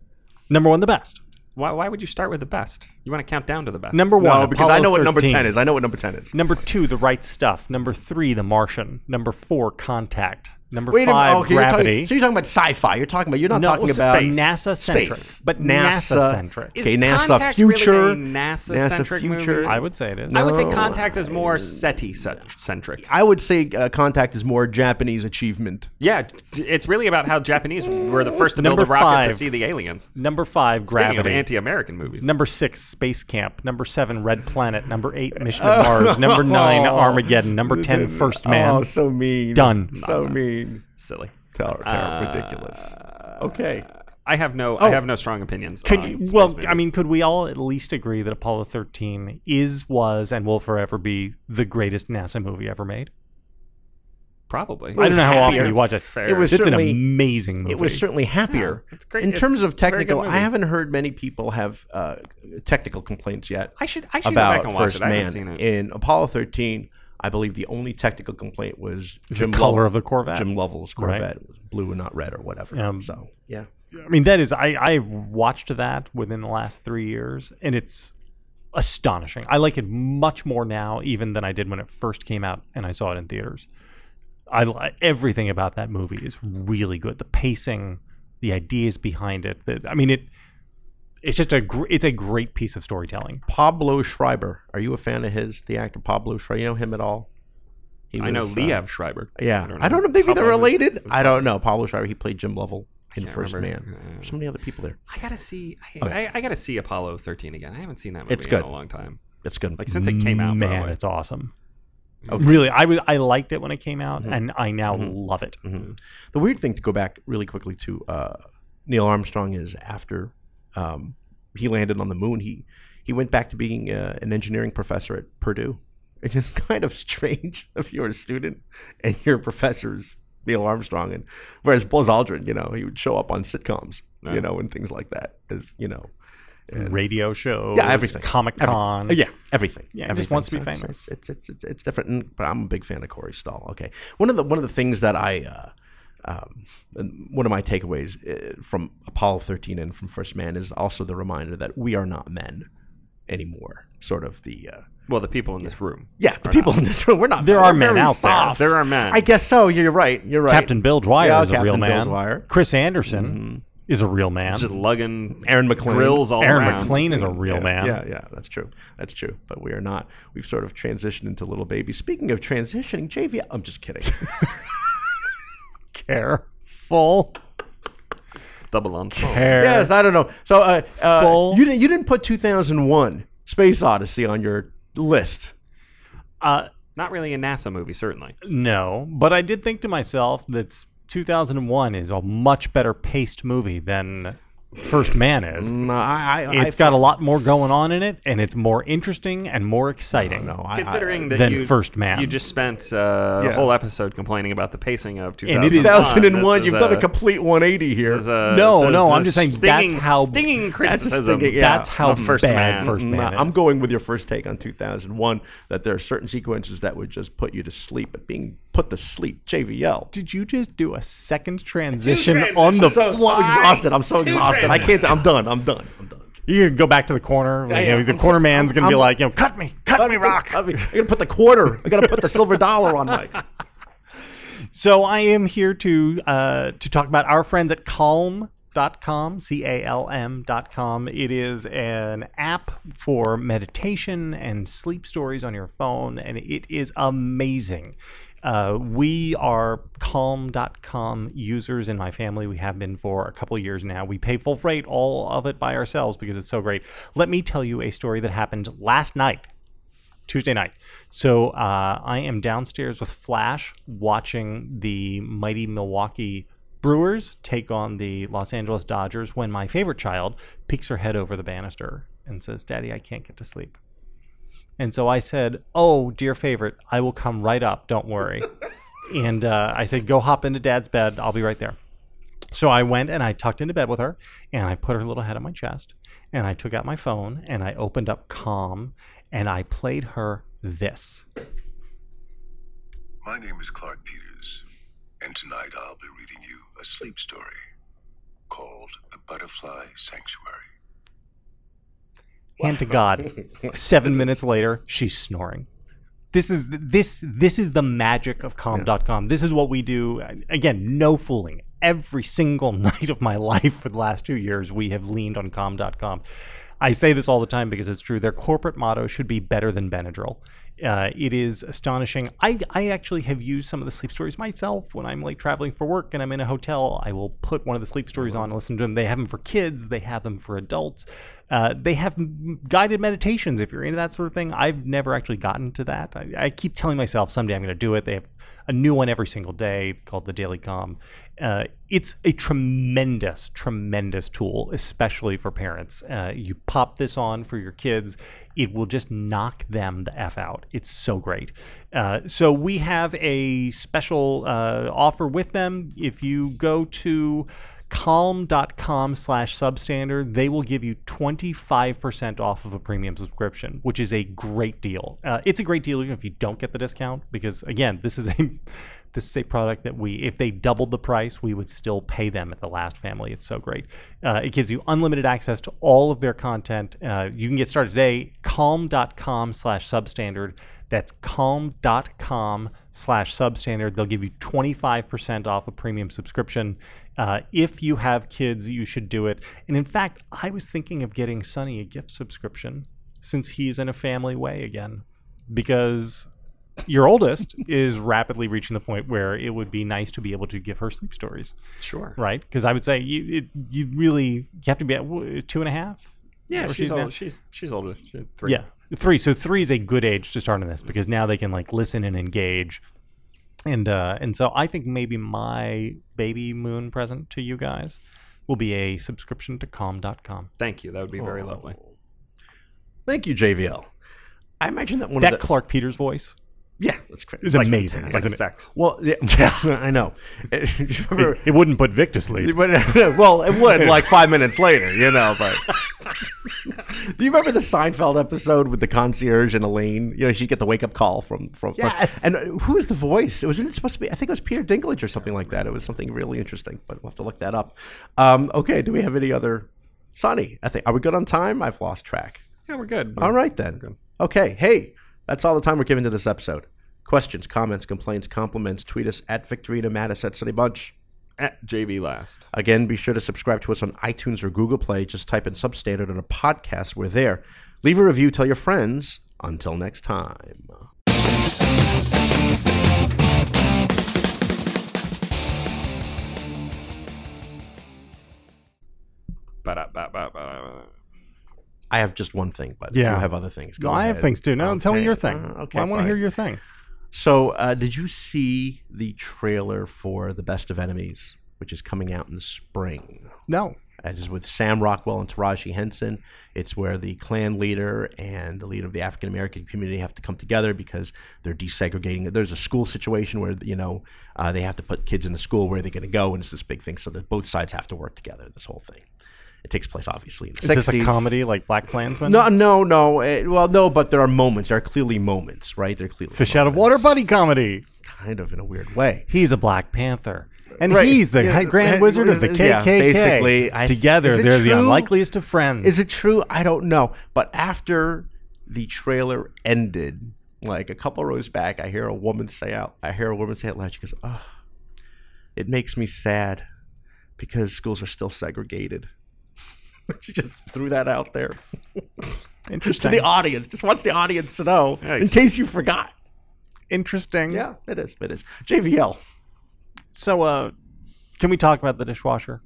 Speaker 4: Number one, the best.
Speaker 5: Why, why would you start with the best? You want to count down to the best.
Speaker 4: Number one,
Speaker 3: No, because
Speaker 4: Apollo
Speaker 3: I know what number
Speaker 4: 13.
Speaker 3: ten is. I know what number ten is.
Speaker 4: Number two, The Right Stuff. Number three, The Martian. Number four, Contact. Number
Speaker 3: Wait a
Speaker 4: five,
Speaker 3: minute. Okay, you're talking-
Speaker 4: Gravity.
Speaker 3: so you're talking about sci-fi. You're talking about. You're not
Speaker 4: no,
Speaker 3: talking about
Speaker 5: space.
Speaker 4: NASA centric,
Speaker 3: space,
Speaker 4: but
Speaker 3: NASA.
Speaker 4: NASA centric.
Speaker 5: Is
Speaker 3: Okay, NASA
Speaker 5: Contact
Speaker 3: future,
Speaker 5: Really a NASA-centric
Speaker 3: NASA
Speaker 5: movie?
Speaker 3: future.
Speaker 4: I would say it is.
Speaker 5: I would say
Speaker 3: No.
Speaker 5: Contact is more SETI-centric.
Speaker 3: I would say uh, Contact is more Japanese achievement.
Speaker 5: Yeah, it's really about how Japanese were the first to
Speaker 4: Number
Speaker 5: build a rocket to
Speaker 4: five.
Speaker 5: see the aliens.
Speaker 4: Number five,
Speaker 5: Speaking of
Speaker 4: Gravity.
Speaker 5: anti-American movies.
Speaker 4: Number six, Space Camp. Number seven, Red Planet. Number eight, Mission to Mars. Number nine, Armageddon. Number ten, First Man.
Speaker 3: Oh, so mean.
Speaker 4: Done. Uh,
Speaker 3: So mean.
Speaker 5: Silly.
Speaker 3: Ter- ter- ridiculous. Okay.
Speaker 5: I have no. I have no strong opinions.
Speaker 4: Could
Speaker 5: on
Speaker 4: Oh. you,
Speaker 5: space
Speaker 4: well,
Speaker 5: movies.
Speaker 4: I mean, could we all at least agree that Apollo 13 is, was, and will forever be the greatest NASA movie ever made?
Speaker 5: probably.
Speaker 4: I don't know how
Speaker 3: happier.
Speaker 4: often you watch it.
Speaker 5: Fair.
Speaker 3: It was
Speaker 4: It's an
Speaker 3: certainly-
Speaker 4: amazing movie.
Speaker 3: It was certainly happier.
Speaker 5: Yeah, it's great.
Speaker 3: In
Speaker 5: It's
Speaker 3: terms of
Speaker 5: a very good
Speaker 3: technical, I
Speaker 5: movie.
Speaker 3: haven't heard many people have uh, technical complaints yet.
Speaker 5: I should. I should go
Speaker 3: about
Speaker 5: back and watch
Speaker 3: First
Speaker 5: it. I
Speaker 3: Man
Speaker 5: haven't seen it.
Speaker 3: in Apollo 13. I believe the only technical complaint was Jim
Speaker 4: color
Speaker 3: Lovell-
Speaker 4: of the Corvette.
Speaker 3: Jim Lovell's
Speaker 4: Right.
Speaker 3: Corvette It was blue and not red or whatever.
Speaker 4: Um,
Speaker 3: so yeah,
Speaker 4: I mean, that is, I, I watched that within the last three years, and it's astonishing. I like it much more now, even than I did when it first came out and I saw it in theaters. I li- everything about that movie is really good. The pacing, the ideas behind it. The, I mean, it. It's just a gr- it's a great piece of storytelling.
Speaker 3: Pablo Schreiber. Are you a fan of his? The actor Pablo Schreiber. You know him at all? He
Speaker 5: I know
Speaker 3: was, uh,
Speaker 5: Liev Schreiber.
Speaker 3: yeah, I don't know. Maybe they're related. I don't know. Pablo Schreiber. He played Jim Lovell in First Man. There's so many other people there.
Speaker 5: I gotta see. I, I, I gotta see Apollo 13 again. I haven't seen that movie
Speaker 3: It's
Speaker 5: in
Speaker 3: good.
Speaker 5: a long time.
Speaker 3: That's good.
Speaker 5: Like since it came out. by the
Speaker 4: Man,
Speaker 5: way.
Speaker 4: it's awesome. Really, I was I liked it when it came out,
Speaker 5: Mm-hmm.
Speaker 4: and I now love it.
Speaker 3: The weird thing to go back really quickly to uh, Neil Armstrong is after um, he landed on the moon, he he went back to being uh, an engineering professor at Purdue. It is kind of strange if you're a student and your professor is Neil Armstrong, and whereas Buzz Aldrin, you know, he would show up on sitcoms, you know, and things like that, as you know,
Speaker 4: radio show,
Speaker 3: yeah, everything.
Speaker 4: Comic Con,
Speaker 3: Everything. Uh, Yeah, everything.
Speaker 4: Yeah, he just
Speaker 3: everything.
Speaker 4: wants to be
Speaker 3: it's-
Speaker 4: famous.
Speaker 3: It's it's, it's it's different, and, but I'm a big fan of Corey Stahl. Okay, one of the one of the things that I. Uh, um, and one of my takeaways uh, from Apollo 13 and from First Man is also the reminder that we are not men anymore. Sort of the uh,
Speaker 5: Well, the people in this room.
Speaker 3: yeah, the people in this room we're not.
Speaker 4: There
Speaker 3: men.
Speaker 4: are
Speaker 3: We're
Speaker 4: men
Speaker 3: very
Speaker 4: out there.
Speaker 3: soft.
Speaker 5: There are men.
Speaker 3: I guess so. You're right. You're right.
Speaker 4: Captain Bill Dwyer
Speaker 3: Yeah,
Speaker 4: is a
Speaker 3: Captain Mm-hmm.
Speaker 4: real
Speaker 3: Bill
Speaker 4: man.
Speaker 3: Dwyer.
Speaker 4: Chris Anderson is a real man.
Speaker 5: just lugging
Speaker 3: Aaron McLean.
Speaker 5: grills all
Speaker 4: Aaron
Speaker 5: around.
Speaker 4: McLean is a real
Speaker 3: yeah,
Speaker 4: man.
Speaker 3: Yeah, yeah, that's true. That's true. But we are not. We've sort of transitioned into little babies. Speaking of transitioning, JV. I'm just kidding.
Speaker 4: Careful.
Speaker 5: Double entendre.
Speaker 4: Care.
Speaker 3: yes, I don't know. So uh, uh,
Speaker 4: Full.
Speaker 3: you didn't you didn't put 2001 Space Odyssey on your list.
Speaker 4: Uh,
Speaker 5: Not really a NASA movie, certainly.
Speaker 4: no, but I did think to myself that 2001 is a much better paced movie than First Man is.
Speaker 3: Mm, I, I,
Speaker 4: It's got a lot more going on in it, and it's more interesting and more
Speaker 3: I
Speaker 4: exciting.
Speaker 3: no, I,
Speaker 5: Considering that
Speaker 4: than
Speaker 5: you
Speaker 4: First Man.
Speaker 5: you just spent uh,
Speaker 3: Yeah.
Speaker 5: a whole episode complaining about the pacing of
Speaker 4: And it is-
Speaker 5: 2001.
Speaker 3: 2001.
Speaker 5: This
Speaker 3: You've
Speaker 5: is
Speaker 3: done a complete 180 here.
Speaker 5: this is a-
Speaker 4: No,
Speaker 5: this is
Speaker 4: no,
Speaker 5: a
Speaker 4: I'm just saying
Speaker 5: stinging,
Speaker 4: that's how-
Speaker 5: stinging
Speaker 3: That's a
Speaker 5: criticism.
Speaker 3: stinging- yeah.
Speaker 4: That's how
Speaker 5: of First
Speaker 4: bad
Speaker 5: Man.
Speaker 4: First Man
Speaker 3: Nah,
Speaker 4: is.
Speaker 3: I'm going with your first take on 2001 that there are certain sequences that would just put you to sleep, but being put to sleep, JVL.
Speaker 4: Did you just do a second transition on the
Speaker 3: I'm so,
Speaker 4: fly?
Speaker 3: I'm exhausted. I'm so exhausted. I can't. I'm done. I'm done. I'm done.
Speaker 4: You're gonna go back to the corner. like,
Speaker 3: yeah,
Speaker 4: you know, the
Speaker 3: I'm
Speaker 4: corner
Speaker 3: so-
Speaker 4: man's gonna be
Speaker 3: I'm-
Speaker 4: like, you know, cut me, cut me, rock.
Speaker 3: I mean, I gotta put the quarter. I gotta put the silver dollar on Mike.
Speaker 4: So I am here to uh, to talk about our friends at Calm.com, C A L M.com. It is an app for meditation and sleep stories on your phone, and it is amazing. Uh, we are calm.com users in my family. We have been for a couple years now. We pay full freight, all of it by ourselves because it's so great. Let me tell you a story that happened last night. Tuesday night. So uh, I am downstairs with Flash watching the mighty Milwaukee Brewers take on the Los Angeles Dodgers when my favorite child peeks her head over the banister and says, Daddy, I can't get to sleep. And so I said, Oh, dear favorite, I will come right up. Don't worry. and uh, I said, Go hop into dad's bed. I'll be right there. So I went and I tucked into bed with her and I put her little head on my chest and I took out my phone and I opened up Calm and I played her this.
Speaker 6: My name is Clark Peters, and tonight I'll be reading you a sleep story called The Butterfly Sanctuary.
Speaker 4: Hand to God. Seven minutes later, she's snoring. This is this this is the magic of calm.com. This is what we do. Again, no fooling. Every single night of my life for the last two years, we have leaned on calm.com. I say this all the time because it's true. Their corporate motto should be better than Benadryl. Uh, it is astonishing. I, I actually have used some of the sleep stories myself when I'm like traveling for work and I'm in a hotel. I will put one of the sleep stories on and listen to them. They have them for kids, they have them for adults. Uh, they have m- guided meditations if you're into that sort of thing. I've never actually gotten to that. I, I keep telling myself someday I'm going to do it. They have a new one every single day called the Daily Calm. Uh, it's a tremendous, tremendous tool, especially for parents. Uh, you pop this on for your kids, it will just knock them the F out. It's so great. Uh, so, we have a special uh, offer with them. If you go to calm.com slash substandard they will give you 25% off of a premium subscription which is a great deal uh, it's a great deal even if you don't get the discount because again this is a this is a product that we if they doubled the price we would still pay them at the last family it's so great uh, it gives you unlimited access to all of their content uh, you can get started today calm.com slash substandard that's calm.com slash substandard. They'll give you 25% off a premium subscription. Uh, if you have kids, you should do it. And in fact, I was thinking of getting Sonny a gift subscription since he's in a family way again because your oldest is rapidly reaching the point where it would be nice to be able to give her sleep stories,
Speaker 5: Sure.
Speaker 4: right? Because I would say you, it, you really you have to be at w- two and a half.
Speaker 5: Yeah, she's
Speaker 4: she's now-
Speaker 5: old. She's she's older. She's three.
Speaker 4: Yeah, three. So three is a good age to start on this because now they can like listen and engage, and uh, and so I think maybe my baby moon present to you guys will be a subscription to calm.com.
Speaker 5: Thank you. That would
Speaker 3: Oh.
Speaker 5: be very lovely.
Speaker 3: Thank you, JVL. I imagine that one
Speaker 4: That
Speaker 3: of the
Speaker 4: Clark Peters voice
Speaker 3: yeah, that's crazy.
Speaker 4: is amazing.
Speaker 5: It's like
Speaker 4: isn't it?
Speaker 5: sex.
Speaker 3: Well, yeah, yeah, I know. You remember-
Speaker 4: It wouldn't put Vic to sleep.
Speaker 3: But, well, it would like five minutes later, you know. But do you remember the Seinfeld episode with the concierge and Elaine? You know, she'd get the wake up call from from. from-
Speaker 4: Yes.
Speaker 3: and uh, who was the voice? It wasn't it supposed to be. I think it was Peter Dinklage or something like that. It was something really interesting, but we'll have to look that up. Um, okay, do we have any other? Sonny, I think are we good on time? I've lost track.
Speaker 5: Yeah, we're good.
Speaker 3: All right then. Okay. Hey, that's all the time we're giving to this episode. Questions, comments, complaints, compliments. Tweet us at Victorina Mattis at Sunny Bunch.
Speaker 5: At JV last.
Speaker 3: Again, be sure to subscribe to us on iTunes or Google Play. Just type in Substandard on a podcast. We're there. Leave a review. Tell your friends. Until next time.
Speaker 5: Ba-da-ba-ba-ba.
Speaker 3: I have just one thing, but
Speaker 4: Yeah.
Speaker 3: you have other things. Go
Speaker 4: No, I have
Speaker 3: ahead.
Speaker 4: things too. No, tell me
Speaker 3: Okay.
Speaker 4: your thing.
Speaker 3: Uh, okay,
Speaker 4: I want to
Speaker 3: fine.
Speaker 4: hear your thing.
Speaker 3: So, uh, did you see the trailer for The Best of Enemies, which is coming out in the spring?
Speaker 4: No.
Speaker 3: It is with Sam Rockwell and Taraji Henson. It's where the Klan leader and the leader of the African American community have to come together because they're desegregating. There's a school situation where you know uh, they have to put kids in a school where they're going to go, and it's this big thing. So that both sides have to work together. This whole thing. It takes place obviously in the
Speaker 4: Is
Speaker 3: 60s.
Speaker 4: this a comedy like Black Klansman?
Speaker 3: No, no, no. Eh, well, no, but there are moments. There are clearly moments, right? There are clearly
Speaker 4: Fish out of water
Speaker 3: moments,
Speaker 4: buddy comedy.
Speaker 3: kind of in a weird way.
Speaker 4: He's a Black Panther. And
Speaker 3: Right.
Speaker 4: he's the
Speaker 3: Yeah,
Speaker 4: Grand
Speaker 3: right.
Speaker 4: Wizard of the KKK.
Speaker 3: Yeah, basically, I-
Speaker 4: Together,
Speaker 3: is it
Speaker 4: they're the
Speaker 3: true?
Speaker 4: unlikeliest of friends.
Speaker 3: Is it true? I don't know. But after the trailer ended, like a couple rows back, I hear a woman say out. I hear a woman say out loud. She goes, "Oh, it makes me sad because schools are still segregated." she just threw that out there to
Speaker 4: interesting?
Speaker 3: the audience. Just wants the audience to know in
Speaker 5: Nice.
Speaker 3: case you forgot.
Speaker 5: Mm.
Speaker 4: interesting.
Speaker 3: Yeah, it is. It is. JVL.
Speaker 4: So, uh, can we talk about the dishwasher?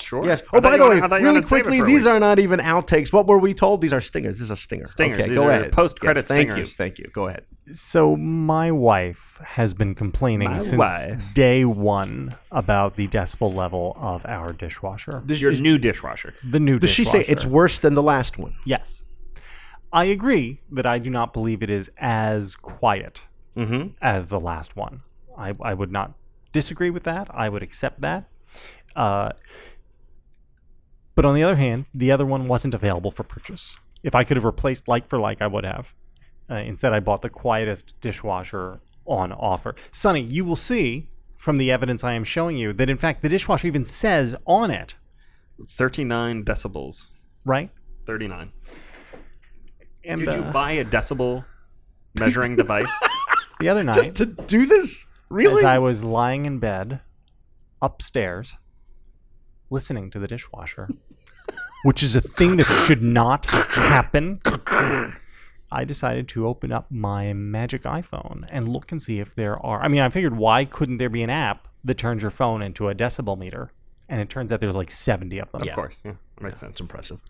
Speaker 5: Sure.
Speaker 3: Yes.
Speaker 5: I
Speaker 3: Oh,
Speaker 5: thought
Speaker 3: by
Speaker 5: you
Speaker 3: the
Speaker 5: wanted-
Speaker 3: way,
Speaker 5: I thought you
Speaker 3: really
Speaker 5: wanted to save it
Speaker 3: quickly,
Speaker 5: for a
Speaker 3: these
Speaker 5: week.
Speaker 3: are not even outtakes. What were we told? These are stingers. This is a stinger.
Speaker 5: Stingers.
Speaker 3: Okay,
Speaker 5: These
Speaker 3: go
Speaker 5: are
Speaker 3: ahead.
Speaker 5: post-credit
Speaker 3: Thank
Speaker 5: stingers.
Speaker 3: you. Thank you. Go ahead.
Speaker 4: So my wife has been complaining
Speaker 5: My
Speaker 4: since
Speaker 5: wife.
Speaker 4: day one about the decibel level of our dishwasher.
Speaker 5: your new dishwasher.
Speaker 4: The new
Speaker 3: Does she
Speaker 4: dishwasher.
Speaker 3: say it's worse than the last one?
Speaker 4: yes? I agree that I do not believe it is as quiet
Speaker 5: Mm-hmm.
Speaker 4: as the last one. I, I would not disagree with that. I would accept that. Uh, but on the other hand, the other one wasn't available for purchase. If I could have replaced like for like, I would have. Uh, instead, I bought the quietest dishwasher on offer. Sonny, you will see from the evidence I am showing you that, in fact, the dishwasher even says on it,
Speaker 5: 39 decibels.
Speaker 4: right?
Speaker 5: 39.
Speaker 4: And
Speaker 5: Did you
Speaker 4: uh,
Speaker 5: buy a decibel measuring device?
Speaker 4: the other night,
Speaker 3: Just to do this? Really?
Speaker 4: as I was lying in bed upstairs listening to the dishwasher, which is a thing that should not happen, I decided to open up my magic iPhone and look and see if there are. I mean, I figured why couldn't there be an app that turns your phone into a decibel meter? And it turns out there's like 70 of them.
Speaker 5: Of course. Yeah. Makes sense.
Speaker 3: impressive.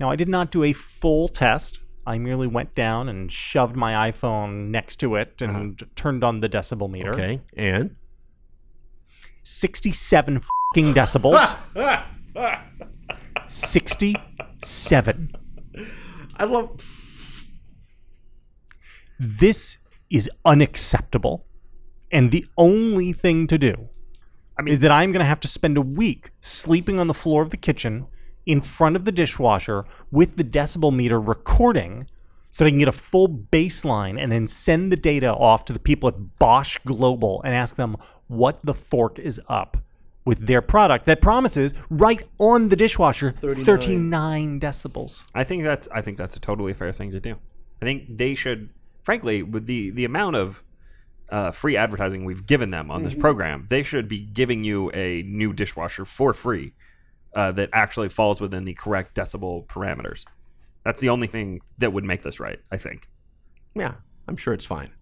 Speaker 4: Now, I did not do a full test. I merely went down and shoved my iPhone next to it and turned on the decibel meter.
Speaker 3: Okay. And?
Speaker 4: 67 fucking decibels. 67.
Speaker 3: I love.
Speaker 4: This is unacceptable. And the only thing to do is that I'm going to have to spend a week sleeping on the floor of the kitchen in front of the dishwasher with the decibel meter recording so that I can get a full baseline and then send the data off to the people at Bosch Global and ask them what the fork is up with their product that promises right on the dishwasher 39, decibels.
Speaker 5: I think that's I think that's a totally fair thing to do. I think they should, frankly, with the the amount of uh, free advertising we've given them on this program, they should be giving you a new dishwasher for free uh, that actually falls within the correct decibel parameters. That's the only thing that would make this right, I think.
Speaker 3: Yeah, I'm sure it's fine.